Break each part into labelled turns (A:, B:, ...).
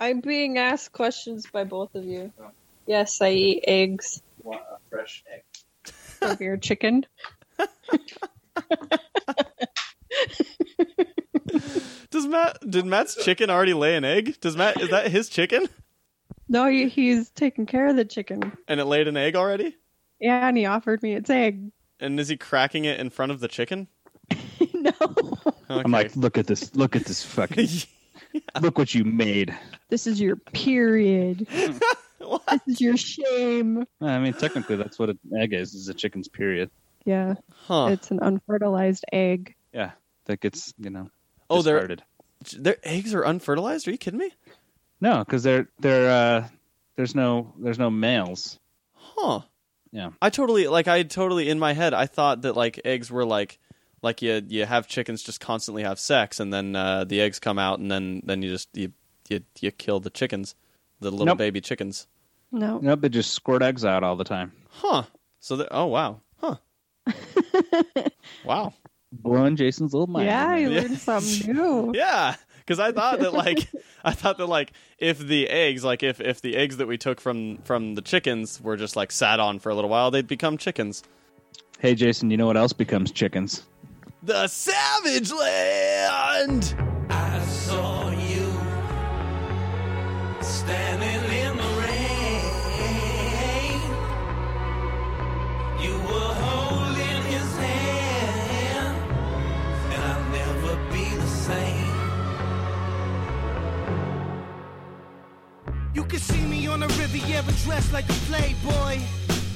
A: I'm being asked questions by both of you.
B: Oh.
A: Yes, I eat eggs
B: want a fresh egg.
A: from your chicken.
C: Does Matt? Did Matt's chicken already lay an egg? Does Matt? Is that his chicken?
A: No, he- he's taking care of the chicken.
C: And it laid an egg already?
A: Yeah, and he offered me its egg.
C: And is he cracking it in front of the chicken?
A: no,
C: Okay.
D: I'm like, look at this, look at this fucking, look what you made.
A: this is your period.
C: What?
A: This is your shame.
D: I mean, technically, that's what an egg is, is a chicken's period.
A: Yeah,
C: Huh.
A: it's an unfertilized egg.
D: That gets, you know,
C: Oh, their
D: discarded.
C: their eggs are unfertilized. Are you kidding me?
D: No, because they're, they're, uh, there's no, there's no males.
C: Huh.
D: Yeah.
C: I totally like. I totally in my head. I thought that like eggs were like like you you have chickens just constantly have sex and then uh, the eggs come out and then then you just you you, you kill the chickens, the little
D: Nope.
C: baby chickens.
A: No,
D: Nope, they just squirt eggs out all the time.
C: Huh. So that oh wow. Huh. wow.
D: Blowing Jason's little mind.
A: yeah, you
C: Yeah.
A: learned something new.
C: Yeah, because I thought that like I thought that like if the eggs like if if the eggs that we took from from the chickens were just like sat on for a little while, they'd become chickens.
D: Hey, Jason, you know what else becomes chickens?
C: The Savage Land.
E: I saw you standing in the rain. You were holding his hand, and I'll never be the same.
F: You can see me on the Riviera dressed like a playboy.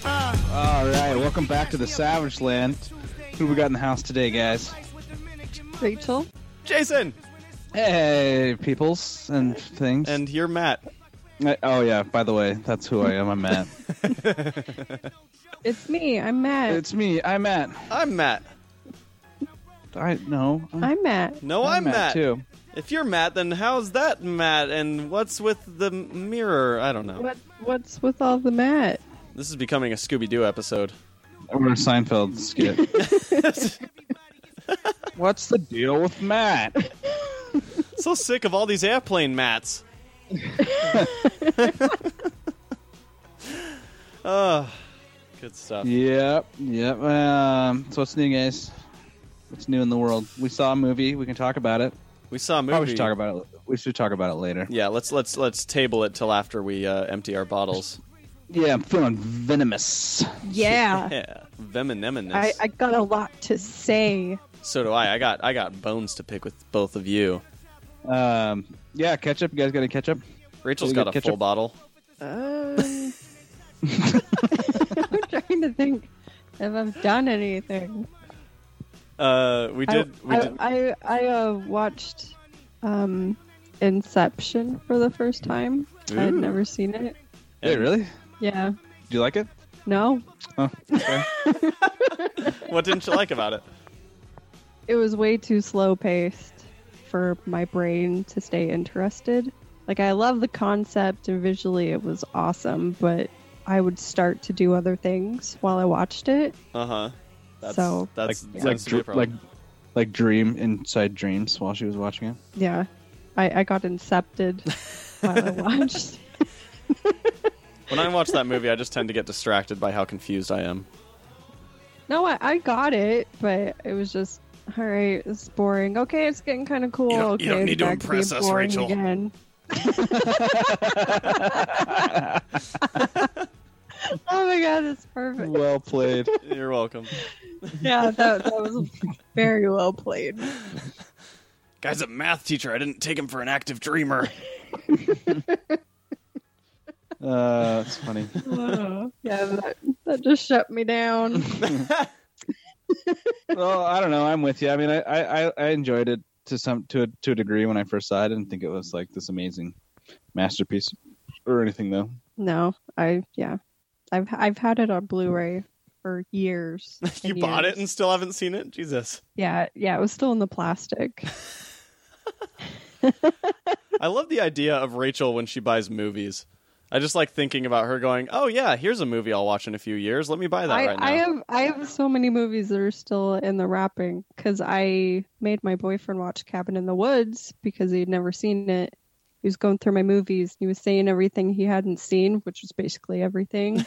F: Uh,
D: All right, welcome back to the Savage Land. Who we got in the house today, guys?
A: Rachel,
C: Jason
D: Hey, peoples and things.
C: and you're Matt.
D: Uh, oh yeah, by the way, that's who I am. I'm Matt.
A: it's me. I'm Matt.
D: it's me. I'm Matt.
C: I'm Matt.
D: I know.
A: I'm Matt.
C: No, Oh, I'm, Matt.
D: too.
C: If you're Matt, then how's that Matt? And what's with the m- mirror? I don't know.
A: What what's with all the Matt?
C: This is becoming a Scooby Doo episode.
D: Or a Seinfeld skit. What's the deal with Matt?
C: so sick of all these airplane mats. oh, good stuff.
D: Yep, yep. Um, so what's new, guys? What's new in the world? We saw a movie. We can talk about it.
C: We saw a movie.
D: Probably should talk about it. We should talk about it later.
C: yeah, let's let's let's table it till after we uh, empty our bottles.
D: Yeah, I'm feeling venomous.
A: Yeah.
C: Yeah, venomous.
A: I, I got a lot to say.
C: So do I. I got I got bones to pick with both of you.
D: Um, yeah, ketchup. You guys got any ketchup?
C: Rachel's
D: We
C: got a
D: got
C: full
D: ketchup?
C: bottle.
A: Um, I'm trying to think if I've done anything.
C: Uh, we did. we
A: I,
C: did.
A: I, I, uh, watched um, Inception for the first time. I had
C: Ooh.
A: never seen it.
D: Hey, really? Do
A: Yeah.
D: you like it?
A: No.
D: Oh, okay.
C: What didn't you like about it?
A: It was way too slow paced for my brain to stay interested. Like, I love the concept and visually it was awesome, but I would start to do other things while I watched it.
C: Uh huh. That's
A: So-
C: that's
D: like
C: seems
D: like,
C: to be a
D: dr- like
C: problem.
D: like dream inside dreams while she was watching it.
A: Yeah. I, I got incepted while I watched.
C: when I watch that movie, I just tend to get distracted by how confused I am.
A: No, I, I got it, but it was just all right. It's boring. Okay, it's getting kind of cool.
C: You don't-
A: okay,
C: you don't
A: it's
C: need to
A: back being
C: impress us,
A: boring
C: Rachel.
A: Again. oh my god, that's perfect.
D: Well played.
C: You're welcome,
A: Yeah, that, that was very well played.
C: guys. A math teacher. I didn't take him for an active dreamer.
D: uh, that's funny.
A: yeah, that, that just shut me down.
D: Well, I don't know. I'm with you. I mean, I, I, I- I enjoyed it to some to a, to a degree when I first saw it. I didn't think it was like this amazing masterpiece or anything though.
A: No, I yeah, I've I've had it on Blu-ray for years.
C: you
A: and
C: bought it
A: years.
C: and still haven't seen it. Jesus.
A: Yeah, yeah, it was still in the plastic.
C: I love the idea of Rachel when she buys movies. I just like thinking about her going, "Oh yeah, here's a movie I'll watch in a few years. Let me buy that
A: I,
C: right now."
A: I have I have so many movies that are still in the wrapping because I made my boyfriend watch Cabin in the Woods because he'd never seen it. he was going through my movies and he was saying everything he hadn't seen, which was basically everything.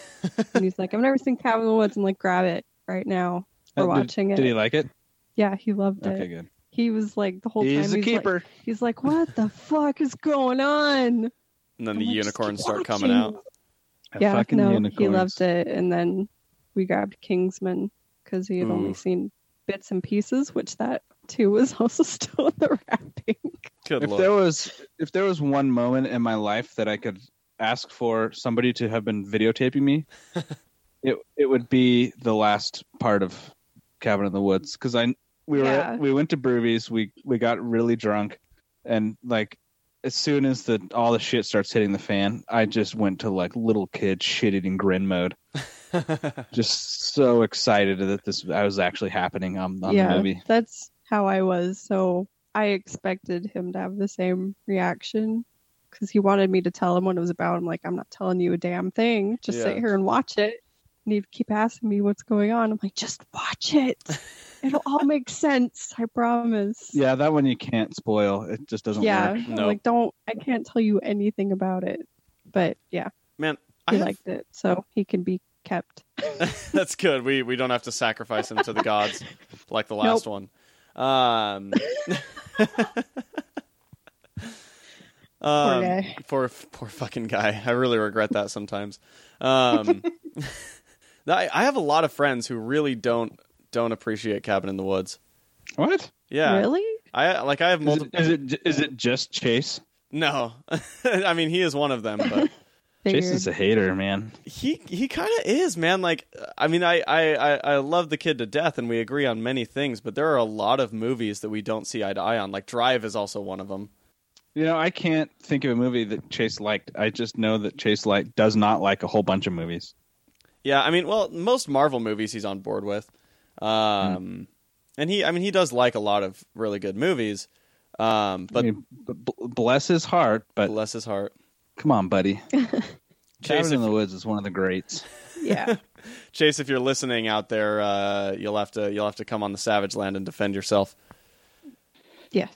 A: and he's like, I've never seen Cabin in the Woods. I'm like, grab it right now. We're
D: Uh, did-
A: watching it.
D: Did he like it?
A: Yeah, he loved it.
D: Okay, good.
A: He was like the whole
D: He's
A: time.
D: a
A: he's like-
D: keeper.
A: he's like, what the fuck is going on?
C: And then
A: I'm
C: the
A: like, just
C: unicorns
A: keep
C: start coming
A: watching.
C: out.
D: A
A: Yeah,
D: fucking
A: no, he
D: unicorns.
A: loved it. And then we grabbed Kingsman because he had only
D: Mm.
C: Ooh.
A: seen bits and pieces, which that too was also still in the wrapping.
C: Good
D: If
C: lord.
D: there was if there was one moment in my life that I could ask for somebody to have been videotaping me, it it would be the last part of Cabin in the Woods because I we were
A: Yeah.
D: we went to Broovies we we got really drunk and like as soon as the all the shit starts hitting the fan, I just went to like little kid shit eating grin mode. just so excited that this I was actually happening on, on the movie.
A: That's how I was. So I expected him to have the same reaction because he wanted me to tell him what it was about. I'm like, I'm not telling you a damn thing. Just sit
C: Yeah.
A: here and watch it. And he'd keep asking me what's going on. I'm like, just watch it. It'll all make sense. I promise.
D: Yeah, that one you can't spoil. It just doesn't
A: Yeah.
D: work.
A: I'm
C: No.
A: Like, don't, I can't tell you anything about it. But yeah,
C: Man, I
A: he
C: have-
A: liked it. So he can be kept.
C: That's good. We we don't have to sacrifice him to the gods like the last one. Um, um,
A: guy.
C: Poor poor fucking guy. I really regret that sometimes. Um, I, I have a lot of friends who really don't don't appreciate Cabin in the Woods.
D: What?
C: Yeah,
A: Really?
C: I like I have
D: Is
C: multiple.
D: it, is it is it just Chase?
C: No, I mean he is one of them, but
D: Chase
A: Figured.
D: is a hater, man.
C: he he kind of is man like i mean I, I i i love the kid to death and we agree on many things but there are a lot of movies that we don't see eye to eye on like drive is also one of them
D: You know, I can't think of a movie that Chase liked. I just know that Chase like does not like a whole bunch of movies.
C: yeah i mean well most marvel movies he's on board with um and he i mean he does like a lot of really good movies um
D: I
C: but
D: mean, b- b- bless his heart, but
C: bless his heart
D: come on, buddy.
C: chase
D: Cabin in
C: if,
D: the Woods is one of the greats.
A: Yeah.
C: chase if you're listening out there uh you'll have to you'll have to come on the savage land and defend yourself
A: yes.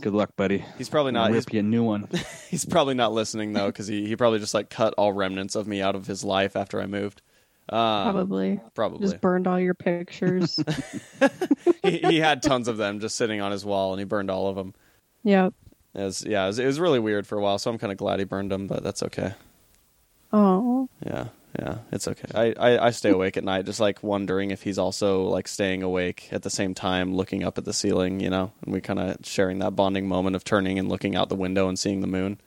D: Good luck, buddy.
C: he's probably
D: I'll
C: not he's
D: rip you a new one.
C: He's probably not listening though, because he, he probably just like cut all remnants of me out of his life after I moved. Um,
A: Probably.
C: probably,
A: Just burned all your pictures.
C: he, he had tons of them just sitting on his wall, and he burned all of them.
A: yep.
C: It was, yeah, it was, it was really weird for a while, so I'm kind of glad he burned them, but that's okay.
A: Oh,
C: Yeah, yeah, it's okay. I, I, I stay awake at night, just like wondering if he's also like staying awake at the same time, looking up at the ceiling, you know, and we kind of sharing that bonding moment of turning and looking out the window and seeing the moon,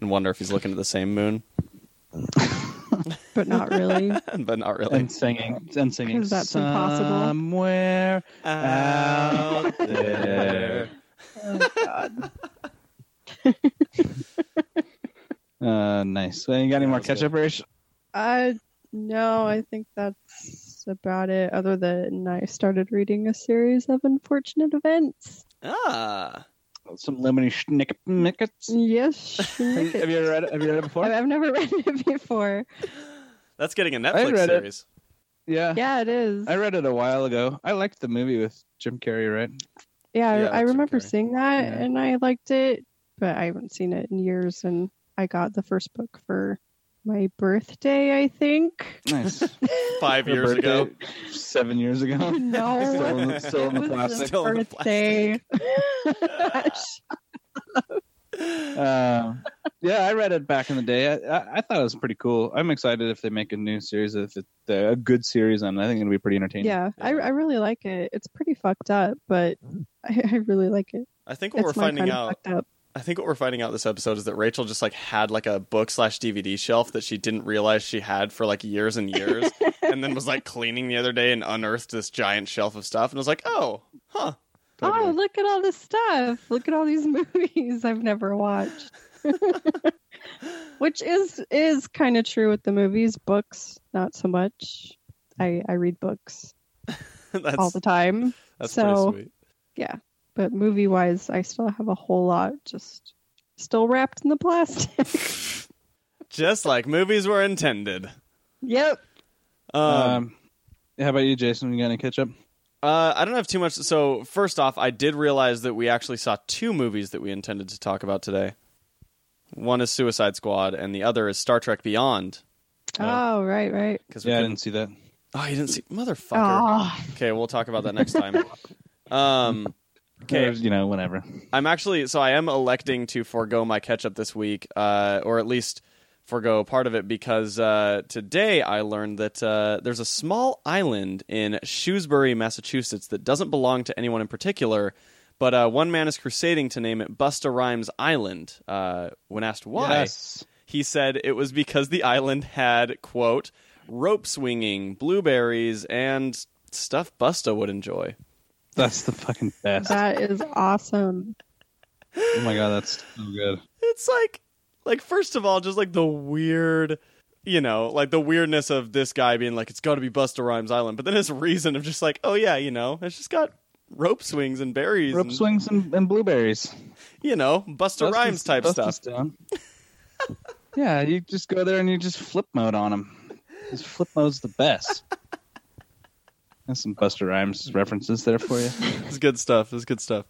C: and wonder if he's looking at the same moon,
A: but not really.
C: but not really.
D: and singing, and singing.
A: 'Cause that's impossible.
D: somewhere out there. Uh, nice. Well, you got any more
C: that was
D: ketchup, Rich?
A: I Uh, no, I think that's about it. Other than I started reading a series of unfortunate events.
C: ah.
D: Some lemony schnickets.
A: Yes,
D: Have you ever read it? Have you read it before?
A: I've I've never read it before.
C: That's getting a
D: I
C: Netflix
D: read it.
C: series.
D: Yeah.
A: Yeah, it is.
D: I read it a while ago. I liked the movie with Jim Carrey, right?
A: yeah,
C: Yeah,
A: I
C: Jim
A: remember
C: Carrey.
A: seeing that,
D: Yeah.
A: and I liked it, but I haven't seen it in years. And I got the first book for my birthday, I think.
D: Nice.
C: Five
D: Her
C: years
D: birthday,
C: ago.
D: Seven years ago. Still
A: No,
D: in the, still in the
A: It was
D: plastic.
A: a
C: Still in the
A: birthday.
D: Uh, yeah, I read it back in the day. I, I, I thought it was pretty cool. I'm excited if they make a new series, if it's a good series, and I think it'll be pretty entertaining.
A: yeah, I, I really like it. It's pretty fucked up, but I, I really like it.
C: I think what
A: It's
C: we're
A: my
C: finding
A: kind
C: out.
A: of fucked up.
C: I think what we're finding out this episode is that Rachel just like had like a book slash DVD shelf that she didn't realize she had for like years and years, and then was like cleaning the other day and unearthed this giant shelf of stuff and was like, oh, huh.
A: Oh, look at all this stuff! Look at all these movies I've never watched. Which is is kind of true with the movies. Books, not so much. I I read books
C: that's
A: all the time,
C: that's
A: so-
C: pretty sweet.
A: but movie wise, I still have a whole lot just still wrapped in the plastic.
C: Just like movies were intended.
A: yep.
C: Um,
D: Um, how about you, Jason? You got any ketchup?
C: Uh, I don't have too much. So first off, I did realize that we actually saw two movies that we intended to talk about today. One is Suicide Squad, and the other is Star Trek Beyond.
A: Oh, right, right.
C: Because
D: Yeah, I didn't see that.
C: Oh, you didn't see, motherfucker.
A: Oh,
C: Okay, we'll talk about that next time. um, okay,
D: Or, you know, whenever.
C: I'm actually so I am electing to forego my catch up this week, uh, or at least forego part of it because uh, today I learned that uh, there's a small island in Shrewsbury, Massachusetts, that doesn't belong to anyone in particular. But uh, one man is crusading to name it Busta Rhymes Island. Uh, when asked why,
D: Yes.
C: he said it was because the island had quote rope swinging, blueberries, and stuff Busta would enjoy.
D: That's the fucking best.
A: that is awesome.
D: Oh my god, that's so good.
C: it's like like first of all just like the weird you know like the weirdness of this guy being like it's got to be busta rhymes island but then his reason of just like oh yeah you know it's just got rope swings and berries
D: Rope
C: and,
D: swings and, and blueberries.
C: you know busta
D: Busta's-
C: rhymes type
D: Busta's
C: stuff
D: down. yeah, you just go there and you just flip mode on them. Because flip mode's the best. That's some Buster Rhymes references there for you.
C: it's good stuff it's good stuff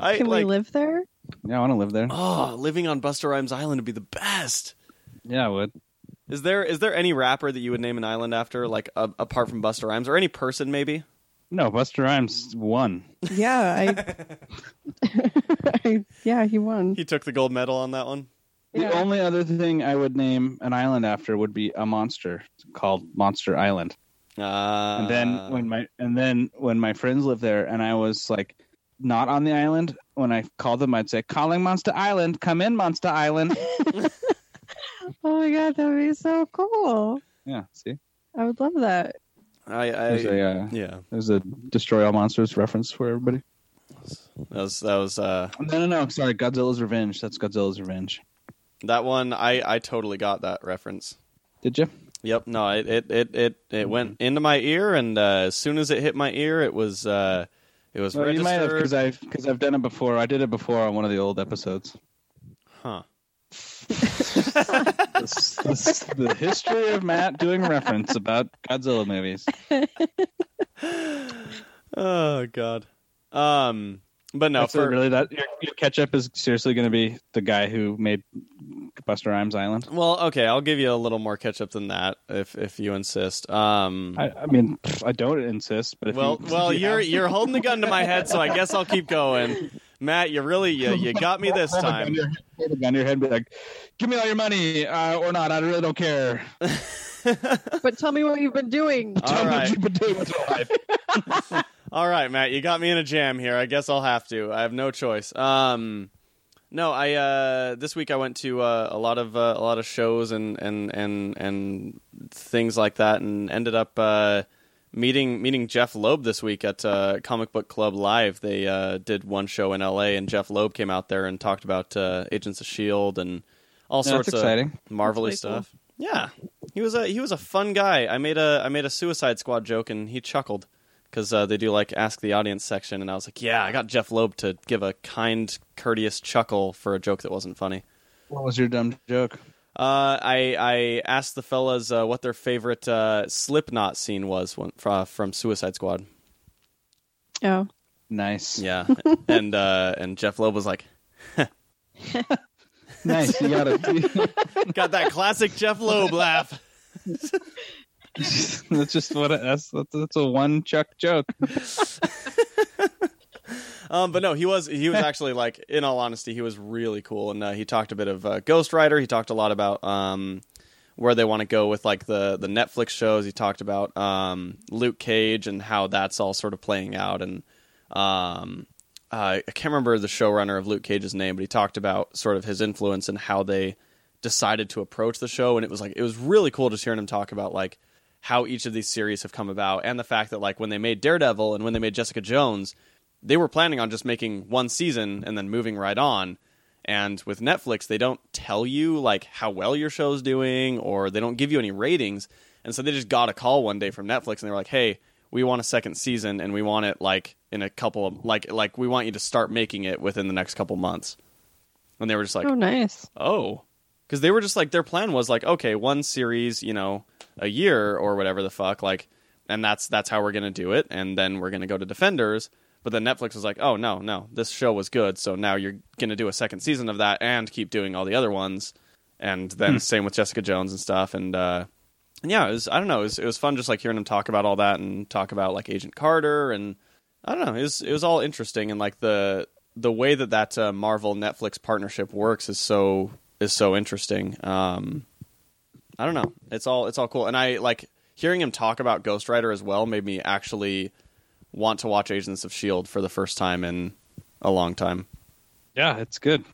C: i
A: Can
C: like
A: we live there?
D: Yeah, I want to live there.
C: oh living on busta rhymes island would be the best
D: Yeah, I would.
C: is there is there any rapper that you would name an island after like a, apart from busta rhymes or any person maybe
D: No, Buster Rhymes won.
A: Yeah, I, I yeah, he won.
C: he took the gold medal on that one
A: Yeah.
D: The only other thing I would name an island after would be a monster called Monster Island.
C: uh,
D: and then when my and then when my friends lived there and I was like not on the island, when I called them I'd say, Calling Monster Island, come in Monster Island.
A: Oh my god, that would be so cool.
D: yeah, see?
A: I would love that.
C: i, I
D: There's a uh,
C: yeah
D: there's a destroy all monsters reference for everybody.
C: That was that was uh
D: No no no, sorry, Godzilla's Revenge. That's Godzilla's Revenge.
C: that one I I totally got that reference.
D: Did you?
C: Yep, no, it it it it,
D: Mm-hmm.
C: it went into my ear and uh, as soon as it hit my ear it was uh it was
D: Well, you might have because
C: registered.
D: I've because I've done it before. I did it before on one of the old episodes.
C: Huh.
D: This- this- the history of Matt doing reference about Godzilla movies.
C: Oh god. Um but no,
D: Actually,
C: for
D: really that your, your catch up is seriously going to be the guy who made Buster Rhymes Island.
C: well, okay, I'll give you a little more catch up than that if if you insist. Um
D: I, I mean, pff, I don't insist, but if
C: well,
D: you,
C: well,
D: if you
C: you're
D: have-
C: you're holding the gun to my head, so I guess I'll keep going. Matt, you really you, you got me this
D: have a gun
C: time.
D: to your- have a gun to your head, be like, "Give me all your money uh, or not. I really don't care."
A: But tell me what you've been doing.
C: All
D: Tell me
C: right.
D: what you've been doing with your life.
C: All right, Matt, you got me in a jam here. I guess I'll have to. I have no choice. Um, no, I uh, this week I went to uh, a lot of uh, a lot of shows and and and and things like that, and ended up uh, meeting meeting Jeff Loeb this week at uh, Comic Book Club Live. They uh, did one show in L.A. and Jeff Loeb came out there and talked about uh, Agents of Shield and all
D: That's
C: sorts of
D: exciting.
C: marvelly
A: That's really cool.
C: stuff. Yeah, he was a he was a fun guy. I made a I made a Suicide Squad joke and he chuckled because uh, they do like ask the audience section, and I was like, yeah, I got Jeff Loeb to give a kind, courteous chuckle for a joke that wasn't funny.
D: What was your dumb joke?
C: Uh, I I asked the fellas uh, what their favorite uh, Slipknot scene was when, fro- from Suicide Squad.
A: Oh,
D: Nice.
C: Yeah, and uh, and Jeff Loeb was like,
D: Nice. You got it.
C: got that classic Jeff Loeb laugh.
D: that's just what. It, that's that's a one chuck joke.
C: Um, but no, he was he was actually like, in all honesty, he was really cool, and uh, he talked a bit of uh, Ghost Rider. He talked a lot about um, where they want to go with like the the Netflix shows. He talked about um, Luke Cage and how that's all sort of playing out, and um, uh, I can't remember the showrunner of Luke Cage's name, but he talked about sort of his influence and how they decided to approach the show, and it was like it was really cool just hearing him talk about like how each of these series have come about, and the fact that like when they made Daredevil and when they made Jessica Jones, they were planning on just making one season and then moving right on. And with Netflix, they don't tell you like how well your show's doing or they don't give you any ratings. And so they just got a call one day from Netflix and they were like, "Hey, we want a second season and we want it like in a couple of like like we want you to start making it within the next couple months." And they were just like,
A: oh, nice.
C: oh because they were just like their plan was like okay one series you know a year or whatever the fuck like and that's that's how we're gonna do it and then we're gonna go to defenders But then Netflix was like, oh no, no, this show was good, so now you're gonna do a second season of that and keep doing all the other ones. And then same with Jessica Jones and stuff. And uh, and yeah, it was I don't know, it was, it was fun just like hearing them talk about all that and talk about like Agent Carter and I don't know, it was it was all interesting and like the the way that that uh, Marvel Netflix partnership works is so is so interesting. Um, I don't know, it's all it's all cool, and I like hearing him talk about Ghost Rider as well made me actually want to watch Agents of Shield E for the first time in a long time.
D: Yeah, it's good.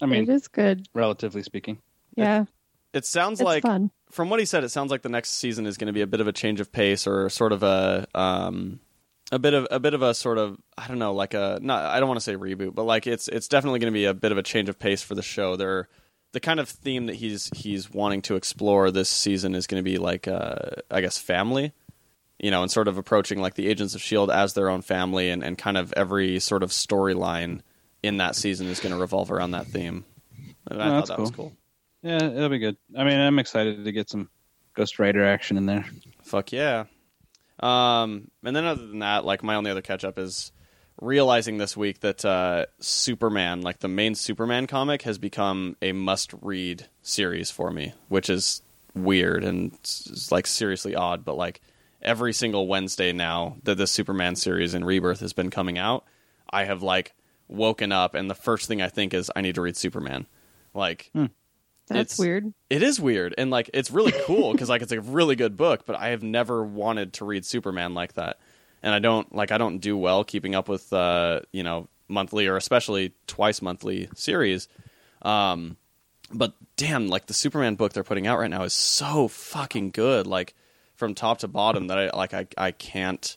D: I
A: it
D: mean,
A: is good.
D: relatively speaking.
A: Yeah,
C: It sounds
A: it's
C: like
A: fun.
C: from what he said, it sounds like the next season is going to be a bit of a change of pace or sort of a um, a bit of a bit of a sort of I don't know, like a not I don't want to say reboot, but like it's it's definitely going to be a bit of a change of pace for the show. They're the kind of theme that he's he's wanting to explore this season is going to be like uh, I guess family, you know, and sort of approaching like the Agents of Shield E as their own family, and and kind of every sort of storyline in that season is going to revolve around that theme. And I
D: Oh,
C: thought
D: that's
C: that was
D: cool.
C: cool.
D: Yeah, it'll be good. I mean, I'm excited to get some Ghost Rider action in there.
C: Fuck yeah. Um, and then other than that, like my only other catch up is realizing this week that uh, Superman, like the main Superman comic, has become a must read series for me, which is weird and s- s- like seriously odd. But like every single Wednesday now that the Superman series in Rebirth has been coming out, I have like woken up and the first thing I think is I need to read Superman. Like
A: That's
C: it's-
A: weird.
C: it is weird and like it's really cool because like it's a really good book but i have never wanted to read superman like that and i don't like i don't do well keeping up with uh you know monthly or especially twice monthly series um but damn like the superman book they're putting out right now is so fucking good like from top to bottom that i like i, I can't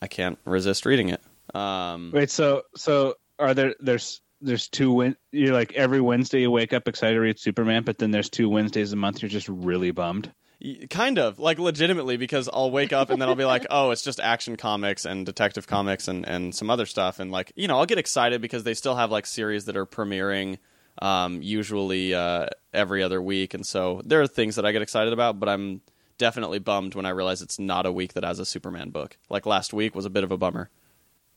C: i can't resist reading it um
D: Wait, so so are there there's there's two win you're like every Wednesday you wake up excited to read Superman, but then there's two Wednesdays a month you're just really bummed.
C: Y- kind of like legitimately because i'll wake up and then i'll be like oh it's just action comics and detective comics and, and some other stuff and like you know i'll get excited because they still have like series that are premiering um, usually uh, every other week and so there are things that i get excited about but i'm definitely bummed when i realize it's not a week that has a superman book like last week was a bit of a bummer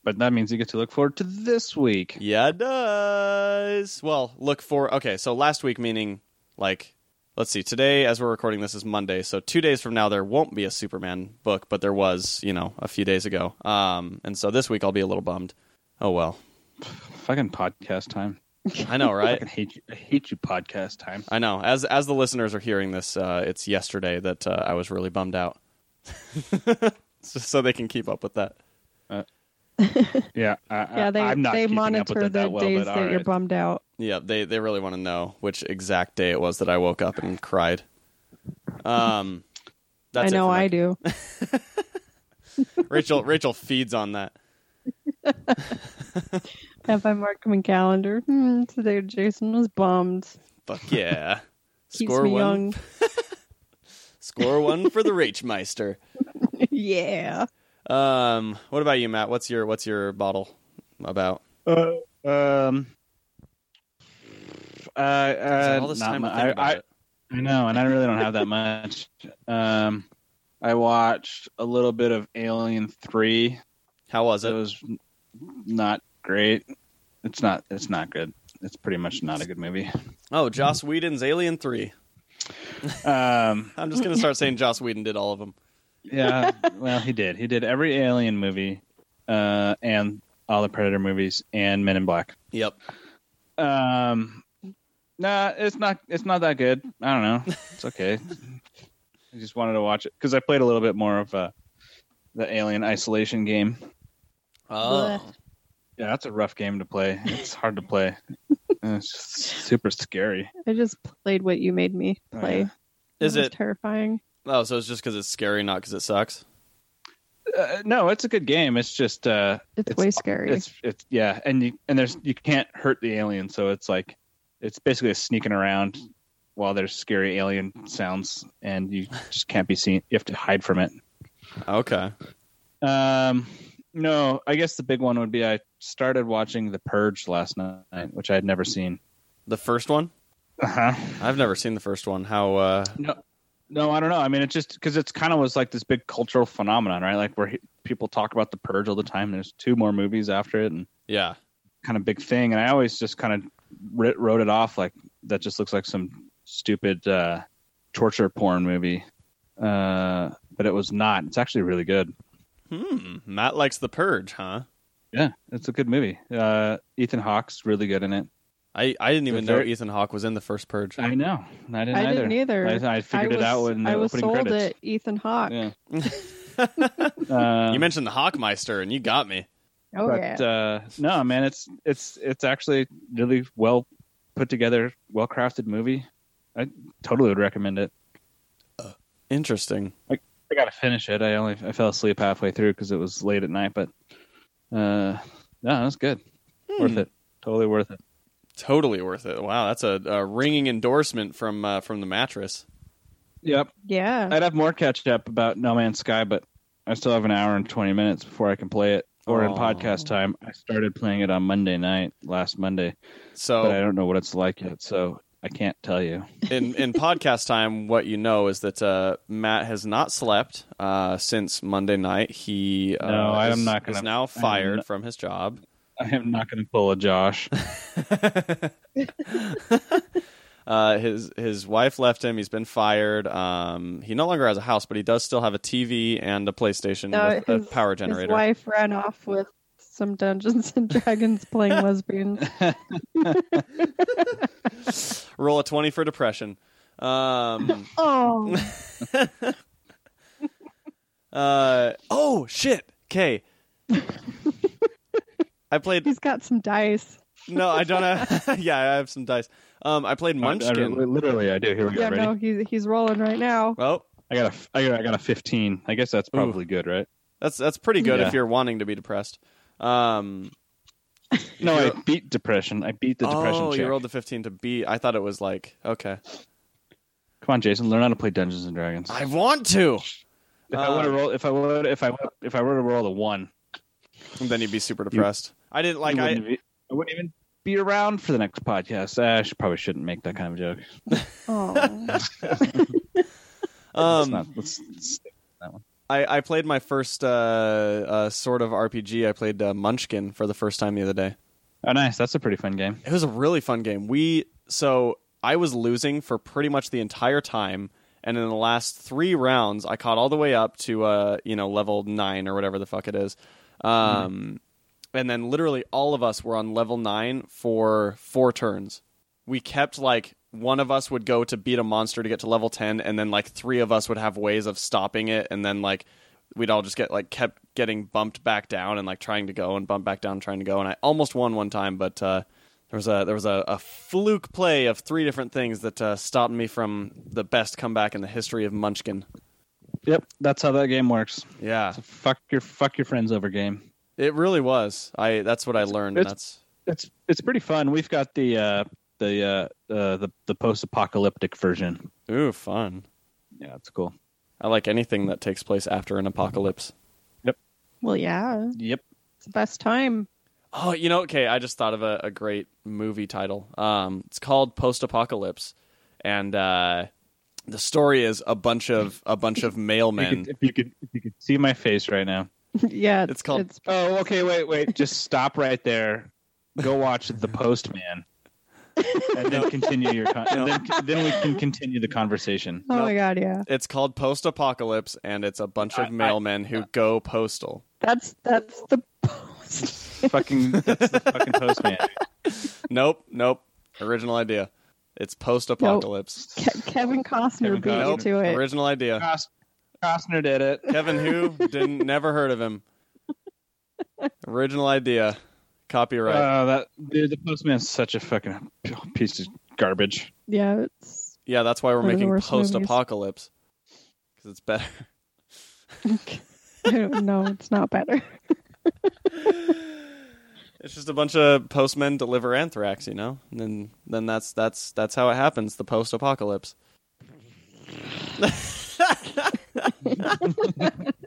D: But that means you get to look forward to this week.
C: yeah, it does. Well, look for okay. So last week, meaning like, let's see. Today, as we're recording this, is Monday. So two days from now, there won't be a Superman book, but there was, you know, a few days ago. Um, and so this week, I'll be a little bummed. Oh well,
D: Fucking podcast time.
C: I know,
D: I
C: right?
D: fucking hate you. I hate you. Podcast time.
C: I know. As as the listeners are hearing this, uh, it's yesterday that uh, I was really bummed out. so, so they can keep up with that.
D: Yeah, I,
A: yeah, they
D: I, am uh, not
A: they
D: keeping up with
A: monitor
D: it
A: the
D: that well,
A: days
D: but
A: that you're
D: alright.
A: bummed out.
C: Yeah, they they really want to know which exact day it was that I woke up and cried. Um, that's
A: I
C: it
A: know
C: for my-
A: I do.
C: Rachel Rachel feeds on that.
A: Have I marked my calendar? Hmm, today Jason was bummed.
C: Fuck yeah.
A: Keeps
C: score
A: me
C: one
A: young.
C: score one for the Rachmeister.
A: yeah.
C: Um what about you, Matt? What's your what's your bottle about?
D: Uh, um. Uh, uh,
C: all this
D: not
C: time
D: mu-
C: to think
D: I-
C: about
D: I-
C: it.
D: I know, and I really don't have that much. Um, I watched a little bit of Alien Three.
C: How was
D: That
C: it?
D: was not great. It's not. It's not good. It's pretty much not a good movie.
C: oh, Joss Whedon's Alien 3.
D: Um,
C: I'm just going to start saying Joss Whedon did all of them.
D: yeah. Well, he did. He did every Alien movie, uh, and all the Predator movies, and Men in Black.
C: Yep.
D: Um, nah, it's not. It's not that good. I don't know. It's okay. I just wanted to watch it because I played a little bit more of uh, the Alien Isolation game.
C: Oh.
A: Blech.
D: Yeah, that's a rough game to play. It's hard to play. And it's just super scary.
A: I just played what you made me
D: Oh,
A: play.
D: yeah.
A: That
C: Is
A: was
C: it-
A: terrifying?
C: Oh, so it's just cuz it's scary not cuz it sucks.
D: Uh, no, it's a good game. It's just uh,
A: It's,
D: It's-
A: way scary.
D: it's it's yeah, and you and there's you can't hurt the alien, so it's like it's basically sneaking around while there's scary alien sounds, and you just can't be seen. You have to hide from it.
C: Okay.
D: Um, no, I guess the big one would be I started watching The Purge last night, which I had never seen.
C: The first one?
D: Uh huh.
C: I've never seen the first one. How uh
D: No, No, I don't know. I mean, it just because it's kind of was like this big cultural phenomenon, right? Like where he- people talk about the Purge all the time. There's two more movies after it, and
C: Yeah.
D: kind of big thing. And I always just kind of writ- wrote it off like that. Just looks like some stupid uh, torture porn movie, uh, but it was not. It's actually really good.
C: Hmm. Matt likes the purge, huh?
D: Yeah, it's a good movie. Uh, Ethan Hawke's really good in it.
C: I, I didn't
D: The
C: even know
D: very-
C: Ethan Hawke was in the first purge.
D: I know. I didn't
A: I
D: either.
A: didn't either.
D: I, I figured
A: I was,
D: it out when the
A: I was
D: opening
A: sold
D: credits.
A: at Ethan Hawke.
D: Yeah. Uh,
C: you mentioned the Hawkmeister, and you got me.
A: Oh
D: but uh, no, man, it's it's it's actually really well put together, well crafted movie. I totally would recommend it.
C: Interesting.
D: I gotta finish it. I only I fell asleep halfway through because it was late at night, but uh, no, it was good. Worth it. Totally worth it.
C: Totally worth it. Wow, that's a, a ringing endorsement from uh, from the mattress.
D: Yep.
A: yeah.
D: I'd have more catch up about No Man's Sky, but I still have an hour and twenty minutes before I can play it. Or in
C: Aw.
D: podcast time, I started playing it on Monday night, last Monday, but I
C: So
D: don't know what it's like yet, so I can't tell you.
C: in in podcast time, what you know is that uh, Matt has not slept uh, since Monday night. He uh,
D: No, I am
C: is-
D: not gonna-
C: is now
D: I am
C: fired
D: not-
C: from his job.
D: I am not going to pull a Josh.
C: Uh, his his wife left him. He's been fired. Um, he no longer has a house, but he does still have a TV and a PlayStation
A: No,
C: with a power generator.
A: His wife ran off with some Dungeons and Dragons playing lesbians.
C: Roll a twenty for depression. Um,
A: Oh,
C: uh, oh shit. Okay. I played.
A: he's got some dice.
C: No, I don't have. yeah, I have some dice. Um, I played
D: I- I-
C: Munchkin.
D: literally, I do. Here we go.
A: Yeah,
D: Ready?
A: no, he's he's rolling right now.
C: Oh,
D: I got a, I got, I got a 15. I guess that's probably good, right?
C: that's that's pretty good
D: Yeah.
C: if you're wanting to be depressed. Um,
D: No,
C: you're-
D: I beat depression. I beat the depression
C: oh,
D: check.
C: you rolled the fifteen to beat. I thought it was like okay.
D: Come on, Jason, learn how to play Dungeons and Dragons.
C: I want to.
D: if I
C: uh,
D: would have rolled, if I would, if I would, if I were to roll a one,
C: And then you'd be super depressed. I didn't like.
D: you
C: I
D: wouldn't be- I wouldn't even be around for the next podcast. Uh, I should, probably shouldn't make that kind of joke.
A: Oh,
D: Let's
C: um.
D: not- let's- let's-
C: I, I played my first uh, uh, sort of RPG. I played uh, Munchkin for the first time the other day.
D: oh, nice. That's a pretty fun game.
C: It was a really fun game. We so I was losing for pretty much the entire time, and in the last three rounds, I caught all the way up to uh, you know level nine or whatever the fuck it is, um, and then literally all of us were on level nine for four turns. We kept like one of us would go to beat a monster to get to level ten, and then like three of us would have ways of stopping it, and then like we'd all just get like kept getting bumped back down and like trying to go and bump back down trying to go and i almost won one time but uh there was a there was a, a fluke play of three different things that uh, stopped me from the best comeback in the history of munchkin
D: Yep, that's how that game works.
C: yeah
D: It's a fuck your fuck your friends over game.
C: it really was i that's what i learned and that's
D: it's it's pretty fun. We've got the uh, the uh, uh, the the post apocalyptic version.
C: ooh fun
D: Yeah, it's cool.
C: i like anything that takes place after an apocalypse
A: well, yeah,
D: Yep.
A: it's the best time.
C: Oh, you know, okay, I just thought of a, a great movie title. Um, it's called Post Apocalypse, and uh, the story is a bunch of a bunch of mailmen.
D: if you could if you could see my face right now.
A: yeah,
C: It's called-
A: It's,
D: Oh, okay. Wait, wait. Just stop right there. Go watch the Postman, and then continue your con- and then then we can continue the conversation.
A: oh my god, yeah,
C: It's called Post Apocalypse, and it's a bunch of
D: I- I-
C: mailmen who go postal.
A: that's that's the post.
D: Fucking that's the fucking Postman.
C: Nope, nope. Original idea. It's Post Apocalypse.
A: Ke- Kevin Costner
D: Kevin
A: beat you
D: Costner.
A: to it.
C: Original idea.
D: Cost- Costner did it.
C: Kevin who didn't never heard of him. Original idea. Copyright.
D: Uh, that dude, the Postman's such a fucking piece of garbage.
A: Yeah, it's
C: yeah, that's why we're
A: one of the
C: making
A: worst movies.
C: Post Apocalypse because it's better.
A: I don't know, it's not better.
C: It's just a bunch of postmen deliver anthrax, you know. And then then that's that's that's how it happens. The post apocalypse.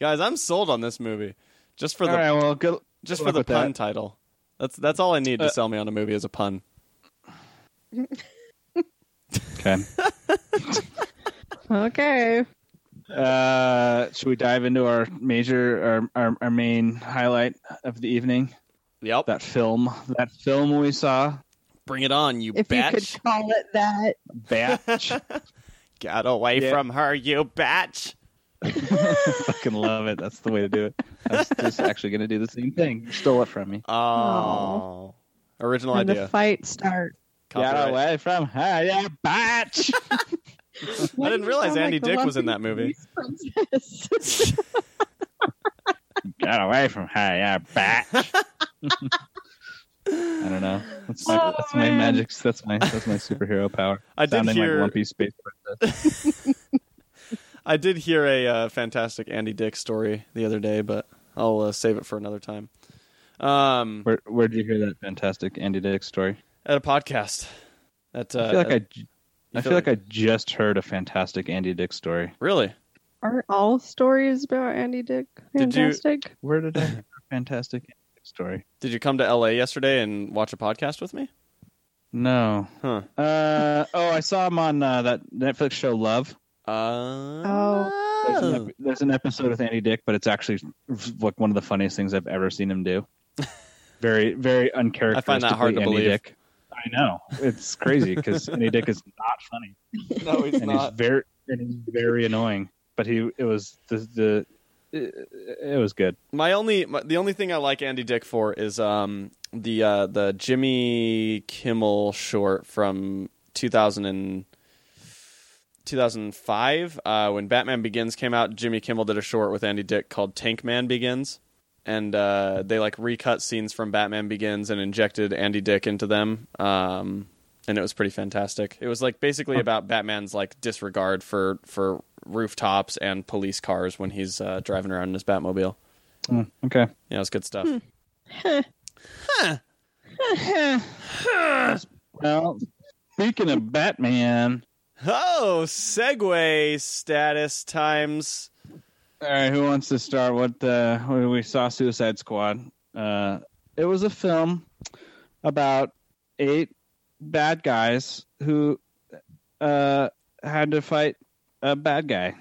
C: Guys, I'm sold on this movie. Just for
D: All
C: the
D: right. Well, good.
C: just
D: good
C: for
D: luck
C: the
D: with
C: pun
D: that.
C: title. That's that's all I need to
D: Uh,
C: sell me on a movie is a pun.
D: Okay.
A: Okay.
D: Uh, should we dive into our major, our, our our main highlight of the evening?
C: Yep.
D: That film, that film we saw,
C: Bring it on, you
A: If you
C: batch.
A: could call it that.
D: Batch.
C: Get away
D: Yeah.
C: from her, you batch.
D: Fucking love it. That's the way to do it. I was just actually gonna do the same thing. You stole it from me.
C: Oh. Original
A: And the
C: idea.
A: fight start.
D: Got
C: Copyright.
D: away from her, yeah, batch.
A: Why
C: didn't
A: do you
C: realize
A: sound
C: Andy
A: the
C: Dick was in
A: Lumpy
C: that movie.
A: Princess?
D: Got away from her, yeah, batch. I don't know. That's my,
A: Oh,
D: that's my
A: man.
D: magic. That's my that's my superhero power.
C: I did
D: Sounding
C: hear
D: like lumpy space princess.
C: I did hear a uh, fantastic Andy Dick story the other day, but I'll uh, save it for another time. Um,
D: Where where did you hear that fantastic Andy Dick story?
C: at a podcast. At, uh,
D: I feel like I,
C: at-
D: j-
C: you
D: I feel like I just heard a fantastic Andy Dick story.
C: really.
A: Aren't all stories about Andy Dick
C: Did you-
A: fantastic?
D: Where did I hear a fantastic Andy Dick story?
C: Did you come to LA yesterday and watch a podcast with me?
D: No.
C: Huh.
D: Uh oh, I saw him on uh, that Netflix show Love.
C: Uh,
D: There's an,
C: oh.
D: ep- there's an episode with Andy Dick, but it's actually like one of the funniest things I've ever seen him do. Very, very uncharacteristic.
C: hard to
D: Andy
C: believe.
D: Dick. I know it's crazy because Andy Dick is not funny,
C: No, he's
D: and he's very and he's very annoying. But he, it was the the. It, it was good.
C: my only my, the only thing I like Andy Dick for is um the uh the Jimmy Kimmel short from 2000 and 2005 uh, when Batman Begins came out Jimmy Kimmel did a short with Andy Dick called Tank Man Begins and uh, they like recut scenes from Batman Begins and injected Andy Dick into them um and it was pretty fantastic it was like basically about Batman's like disregard for for rooftops and police cars when he's uh, driving around in his Batmobile
D: Mm, okay.
C: yeah, it's good stuff.
D: Well, speaking of Batman,
C: Oh, segue status times.
D: All right, who wants to start? What uh, what we saw Suicide Squad. Uh, it was a film about eight bad guys who uh, had to fight a bad guy.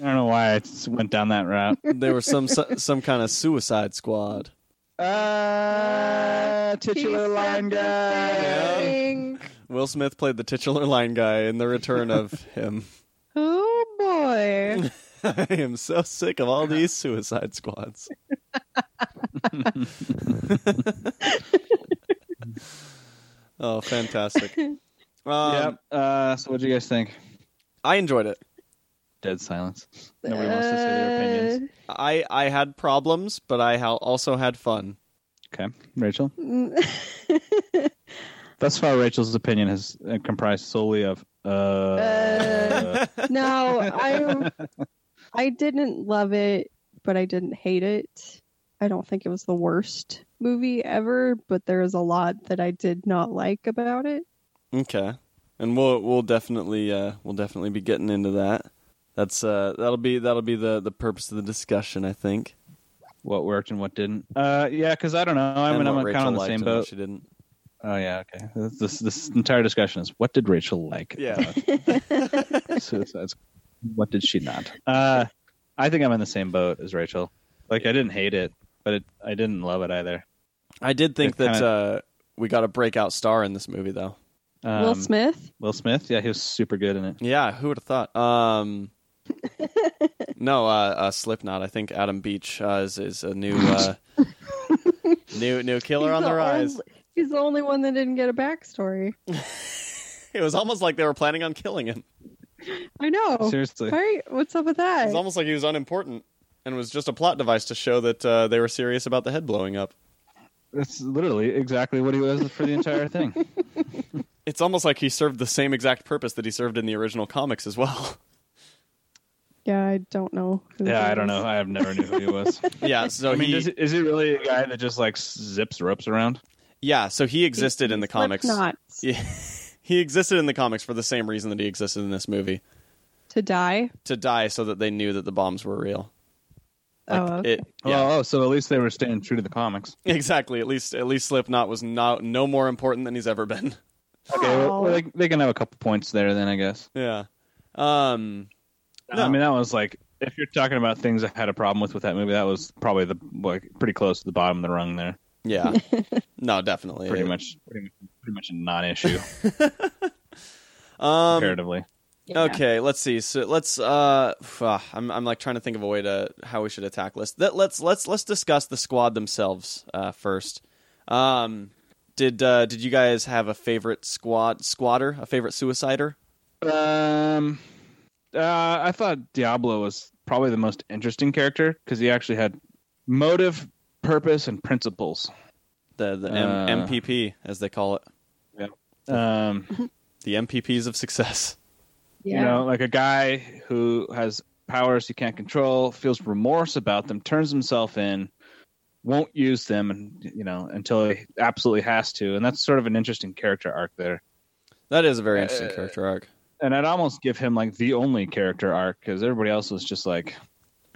D: I don't know why I just went down that route.
C: There was some some kind of suicide squad.
D: Uh, titular
A: He said
D: line
A: the
D: guy.
A: thing.
C: Will Smith played the titular line guy in the return of him.
A: Oh boy.
C: I am so sick of all these suicide squads. oh, fantastic. Um,
D: yep. Uh, so, what do you guys think?
C: I enjoyed it.
D: Dead silence. Nobody wants to say their opinions.
C: I, I had problems, but I ha- also had fun.
D: Okay, Rachel.
A: opinions.
D: Thus far, Rachel's opinion has uh, comprised solely of uh,
A: Uh. no, I I didn't love it, but I didn't hate it. I don't think it was the worst movie ever, but there is a lot that I did not like about it.
C: Okay, and we'll we'll definitely uh, we'll definitely be getting into that. That's uh, that'll be that'll be the, the purpose of the discussion, I think.
D: what worked and what didn't. Uh, yeah, because I don't know. I
C: And
D: mean, I'm
C: what
D: kind
C: Rachel
D: of on the
C: liked
D: same
C: and what
D: boat.
C: She didn't.
D: Oh yeah, okay. This, this this entire discussion is what did Rachel like?
C: Yeah.
D: Uh, Suicide Squad. What did she not? Uh, I think I'm in the same boat as Rachel. Like I didn't hate it, but it, I didn't love it either.
C: I did think
D: They've
C: that
D: kinda-
C: uh, we got a breakout star in this movie, though.
D: Um,
A: Will Smith?
D: Will Smith. Yeah, he was super good in it.
C: Yeah, who would have thought? Um, no, uh, uh, Slipknot. I think Adam Beach uh, is is a new uh, new new killer
A: He's
C: on the rise.
A: only- he's the only one that didn't get a backstory.
C: It was almost like they were planning on killing him.
A: I know.
D: Seriously.
A: Right? What's up with
C: It
A: that?
C: was almost like he was unimportant and was just a plot device to show that uh, they were serious about the head blowing up.
D: That's literally exactly what he was for the entire thing.
C: It's almost like he served the same exact purpose that he served in the original comics as well.
A: yeah, I don't know. who
D: Yeah,
A: that
D: I don't
A: is.
D: know. I have never knew who he was.
C: yeah, so
D: I mean,
C: he
D: does, is he really a guy that just like zips ropes around?
C: yeah, so he existed in the comics.
A: Not
C: Yeah. he existed in the comics for the same reason that he existed in this movie,
A: to die.
C: to die so that they knew that the bombs were real. Like,
A: oh, okay.
C: it- yeah.
D: Oh, so at least they were staying true to the comics.
C: Exactly. At least at least Slipknot was not no more important than he's ever been.
D: Okay, well,
A: Aw.
D: they, they can have a couple points there then, I guess.
C: Yeah. Um, No.
D: I mean, that was like if you're talking about things I had a problem with with that movie, that was probably the like pretty close to the bottom of the rung there.
C: yeah. no, definitely.
D: Pretty much, pretty much, pretty much a non-issue
C: Um,
D: comparatively.
A: Yeah.
C: Okay, let's see. So let's. Uh, f- ah, I'm I'm like trying to think of a way to how we should attack this. That let's let's let's discuss the squad themselves uh, first. Um, did uh, did you guys have a favorite squad squatter, a favorite suicider?
D: Um, uh, I thought Diablo was probably the most interesting character because he actually had motive, purpose, and principles.
C: The the
D: Uh.
C: M- MPP as they call it,
D: Um,
C: the MPPs of success.
D: you know, like a guy who has powers he can't control, feels remorse about them, turns himself in, won't use them, and you know until he absolutely has to. And that's sort of an interesting character arc there.
C: That is a very interesting
D: Uh.
C: character arc.
D: And I'd almost give him like the only character arc because everybody else was just like,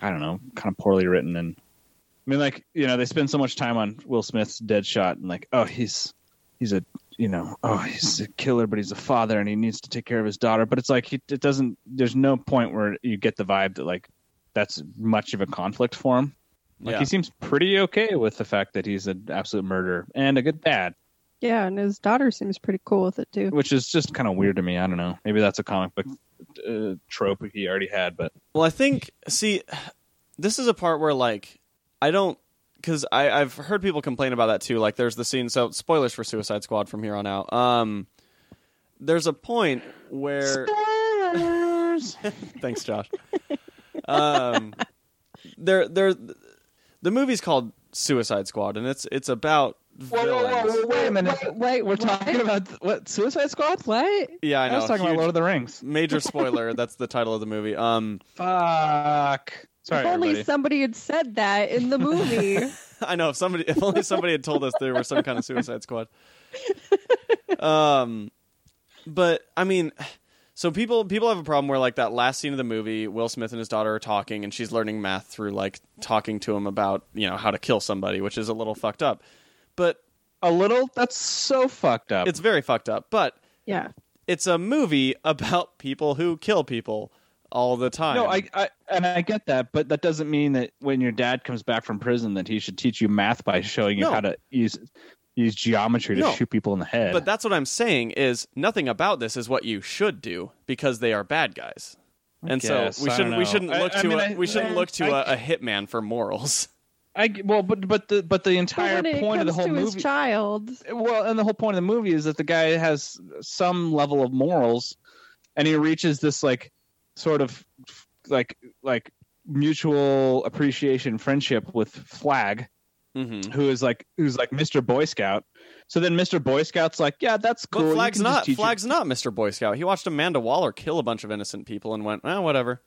D: I don't know, kind of poorly written. And I mean, like you know, they spend so much time on Will Smith's dead shot and like, oh, he's he's a you know, oh, he's a killer, but he's a father and he needs to take care of his daughter. But it's like he, it doesn't. There's no point where you get the vibe that like that's much of a conflict for him. Like
C: yeah.
D: he seems pretty okay with the fact that he's an absolute murderer and a good dad,
A: Yeah, and his daughter seems pretty cool with it too.
D: which is just kind of weird to me. I don't know. Maybe that's a comic book uh, trope he already had, but.
C: Well, I think see, this is a part where like I don't because I I've heard people complain about that too. Like there's the scene. So spoilers for Suicide Squad from here on out. Um, there's a point where thanks, Josh. Um, there there the movie's called Suicide Squad and it's it's about villains.
D: wait a minute. Wait, we're talking about what Suicide Squad?
A: What?
C: Yeah, I
D: I,
C: know.
D: was talking
C: huge-
D: about Lord of the Rings.
C: major spoiler. that's the title of the movie. Um,
D: Fuck. Sorry,
A: if only
D: everybody.
A: somebody had said that in the movie.
C: I know if somebody if only somebody had told us there were some kind of suicide squad. Um but I mean so people people have a problem where like that last scene of the movie Will Smith and his daughter are talking and she's learning math through like talking to him about, you know, how to kill somebody, which is a little fucked up. But
D: A little. That's so fucked up.
C: it's very fucked up. But
A: yeah.
C: it's a movie about people who kill people all the time.
D: no, I, I and I get that, but that doesn't mean that when your dad comes back from prison, that he should teach you math by showing you
C: No.
D: how to use use geometry to
C: No.
D: shoot people in the head.
C: But that's what I'm saying is nothing about this is what you should do because they are bad guys. And
D: guess.
C: so we
D: I
C: shouldn't
D: don't
C: we
D: know.
C: shouldn't
D: I-
C: look
D: I
C: to
D: mean,
C: a,
D: I-
C: we shouldn't
A: I-
C: look to
D: I-
C: a a hitman for morals.
D: I well, but but the but the
A: But
D: entire
A: when it
D: point of
A: comes
D: the whole
A: to
D: movie.
A: his child,
D: well, and the whole point of the movie is that the guy has some level of morals, and he reaches this like sort of like like mutual appreciation friendship with Flag,
C: Mm-hmm.
D: who is like who's like Mr. Boy Scout. So then Mr. Boy Scout's like, yeah, that's
C: But
D: cool. you
C: Flag's
D: can just
C: not
D: teach it."
C: Flag's not Mr. Boy Scout. He watched Amanda Waller kill a bunch of innocent people and went, eh, whatever.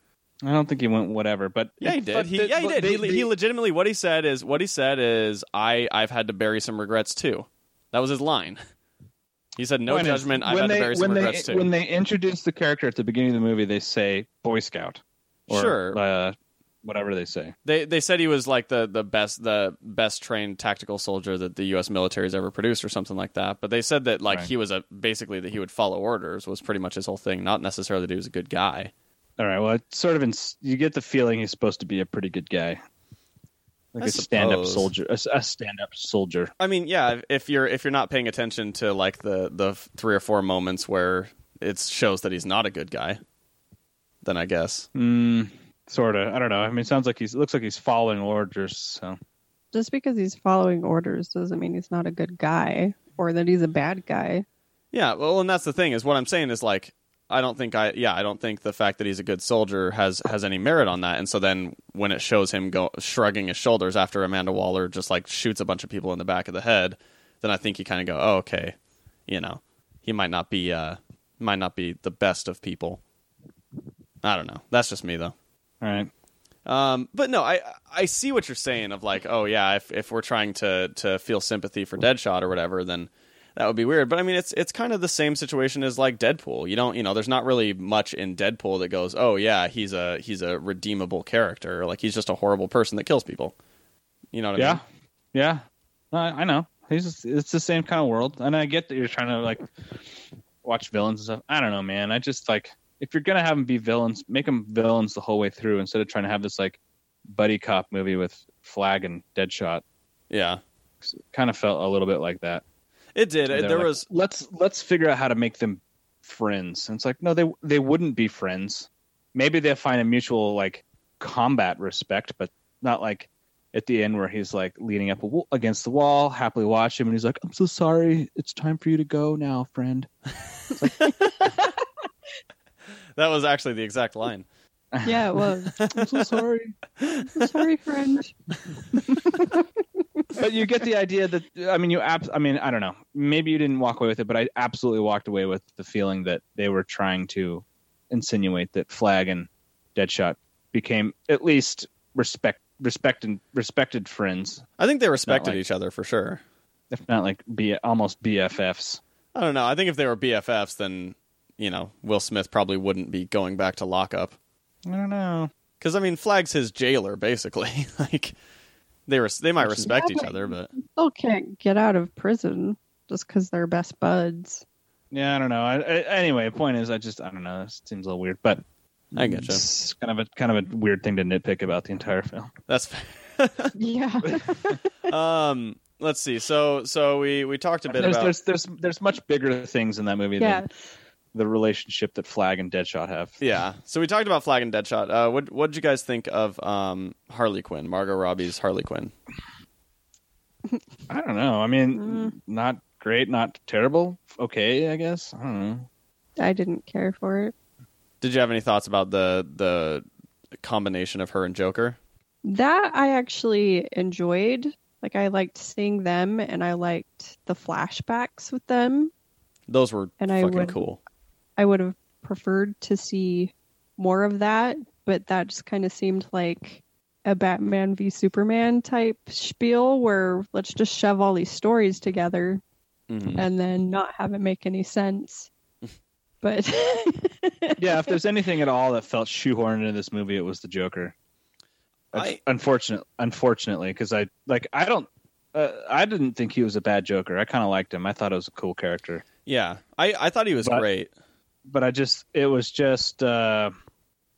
D: I don't think he went whatever, but
C: Yeah, he did.
D: but
C: He,
D: they-
C: yeah, he did. he,
D: they-
C: he
D: they-
C: legitimately what he said is what he said is I I've had to bury some regrets too. That was his line. He said no
D: point is,
C: judgment. I've
D: when
C: had
D: they-
C: to bury some
D: when they-
C: regrets too.
D: When they introduce the character at the beginning of the movie, they say Boy Scout, or
C: Sure.
D: uh, whatever they say.
C: They they said he was like the, the best the best trained tactical soldier that the U.S. military has ever produced, or something like that. But they said that like
D: Right.
C: he was a basically that he would follow orders was pretty much his whole thing. Not necessarily that he was a good guy.
D: All right. Well, it's sort of ins- you get the feeling he's supposed to be a pretty good guy, like
C: I
D: a stand-up
C: suppose.
D: soldier, a, s- a stand-up soldier.
C: I mean, yeah, if- if you're if you're not paying attention to like the the f- three or four moments where it shows that he's not a good guy, then I guess.
D: Mm, sort of. I don't know. I mean, it sounds like he's it looks like he's following orders. So
A: just because he's following orders doesn't mean he's not a good guy or that he's a bad guy.
C: Yeah, well, and that's the thing is what I'm saying is like I don't think I yeah I don't think the fact that he's a good soldier has has any merit on that. And so then when it shows him go shrugging his shoulders after Amanda Waller just like shoots a bunch of people in the back of the head, then I think you kind of go, oh okay, you know, he might not be uh might not be the best of people. I don't know. That's just me
D: all
C: though.
D: right.
C: Um, but no, I I see what you're saying of like, oh yeah, if if we're trying to to feel sympathy for Deadshot or whatever, then that would be weird. But I mean, it's it's kind of the same situation as like Deadpool. You don't, you know, there's not really much in Deadpool that goes, oh yeah, he's a he's a redeemable character. Like he's just a horrible person that kills people. You know what I
D: Yeah.
C: mean?
D: Yeah. I I know. He's just- it's the same kind of world, and I get that you're trying to like watch villains and stuff. I don't know, man. I just like if you're gonna have them be villains, make them villains the whole way through instead of trying to have this like buddy cop movie with Flag and Deadshot.
C: Yeah,
D: Kind of felt a little bit like that.
C: it did.
D: They're
C: It, there
D: like,
C: was
D: let's let's figure out how to make them friends. And it's like no, they they wouldn't be friends. Maybe they'll find a mutual like combat respect, but not like at the end where he's like leaning up a wa- against the wall, happily watch him, and he's like, "I'm so sorry, it's time for you to go now, friend."
C: that was actually the exact line.
A: Yeah, it was.
D: I'm so sorry.
A: I'm sorry, friend.
D: but you get the idea that I mean, you abs- I mean, I don't know. Maybe you didn't walk away with it, but I absolutely walked away with the feeling that they were trying to insinuate that Flag and Deadshot became at least respect respected respected friends,
C: I think they respected
D: like-
C: each other for sure.
D: if not like B almost BFFs.
C: I don't know. I think if they were BFFs, then you know Will Smith probably wouldn't be going back to lockup.
D: I don't know.
C: Because I mean, Flag's his jailer basically. like they were, they might respect each other, but
A: Still can't get out of prison just because they're best buds.
D: Yeah, I don't know. I, I, anyway, point is, I just I don't know. It seems a little weird, but
C: I get you.
D: it's kind of a kind of a weird thing to nitpick about the entire film.
C: That's fair.
A: Yeah.
C: um. Let's see. So so we we talked a bit
D: There's,
C: about
D: there's there's there's much bigger things in that movie
A: yeah.
D: than the relationship that Flag and Deadshot have.
C: yeah. So we talked about Flag and Deadshot. Uh, what what did you guys think of um Harley Quinn, Margot Robbie's Harley Quinn?
D: I don't know. I mean, not great, not terrible. Okay, I guess. I don't know.
A: I didn't care for it.
C: Did you have any thoughts about the the combination of her and Joker?
A: That I actually enjoyed. Like I liked seeing them and I liked the flashbacks with them.
C: Those were
A: And I
C: fucking
A: would-
C: cool.
A: I would have preferred to see more of that, but that just kind of seemed like a Batman v Superman type spiel where let's just shove all these stories together
C: Mhm.
A: and then not have it make any sense. But
D: Yeah, if there's anything at all that felt shoehorned into this movie, it was the Joker.
C: I-
D: Unfortunately, unfortunately, because I like I don't. Uh, I didn't think he was a bad Joker. I kind of liked him. I thought it was a cool character,
C: Yeah, I I thought he was
D: But-
C: great.
D: but I just it was just. Uh,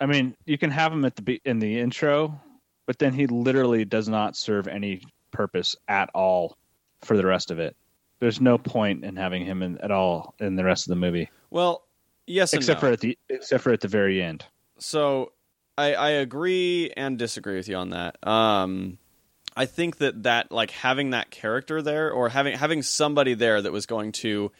D: I mean, you can have him at the be- in the intro, but then he literally does not serve any purpose at all for the rest of it. There's no point in having him in, at all in the rest of the movie.
C: Well, yes, and
D: except
C: no.
D: for at the except for at the very end.
C: so I, I agree and disagree with you on that. Um, I think that that like having that character there or having having somebody there that was going to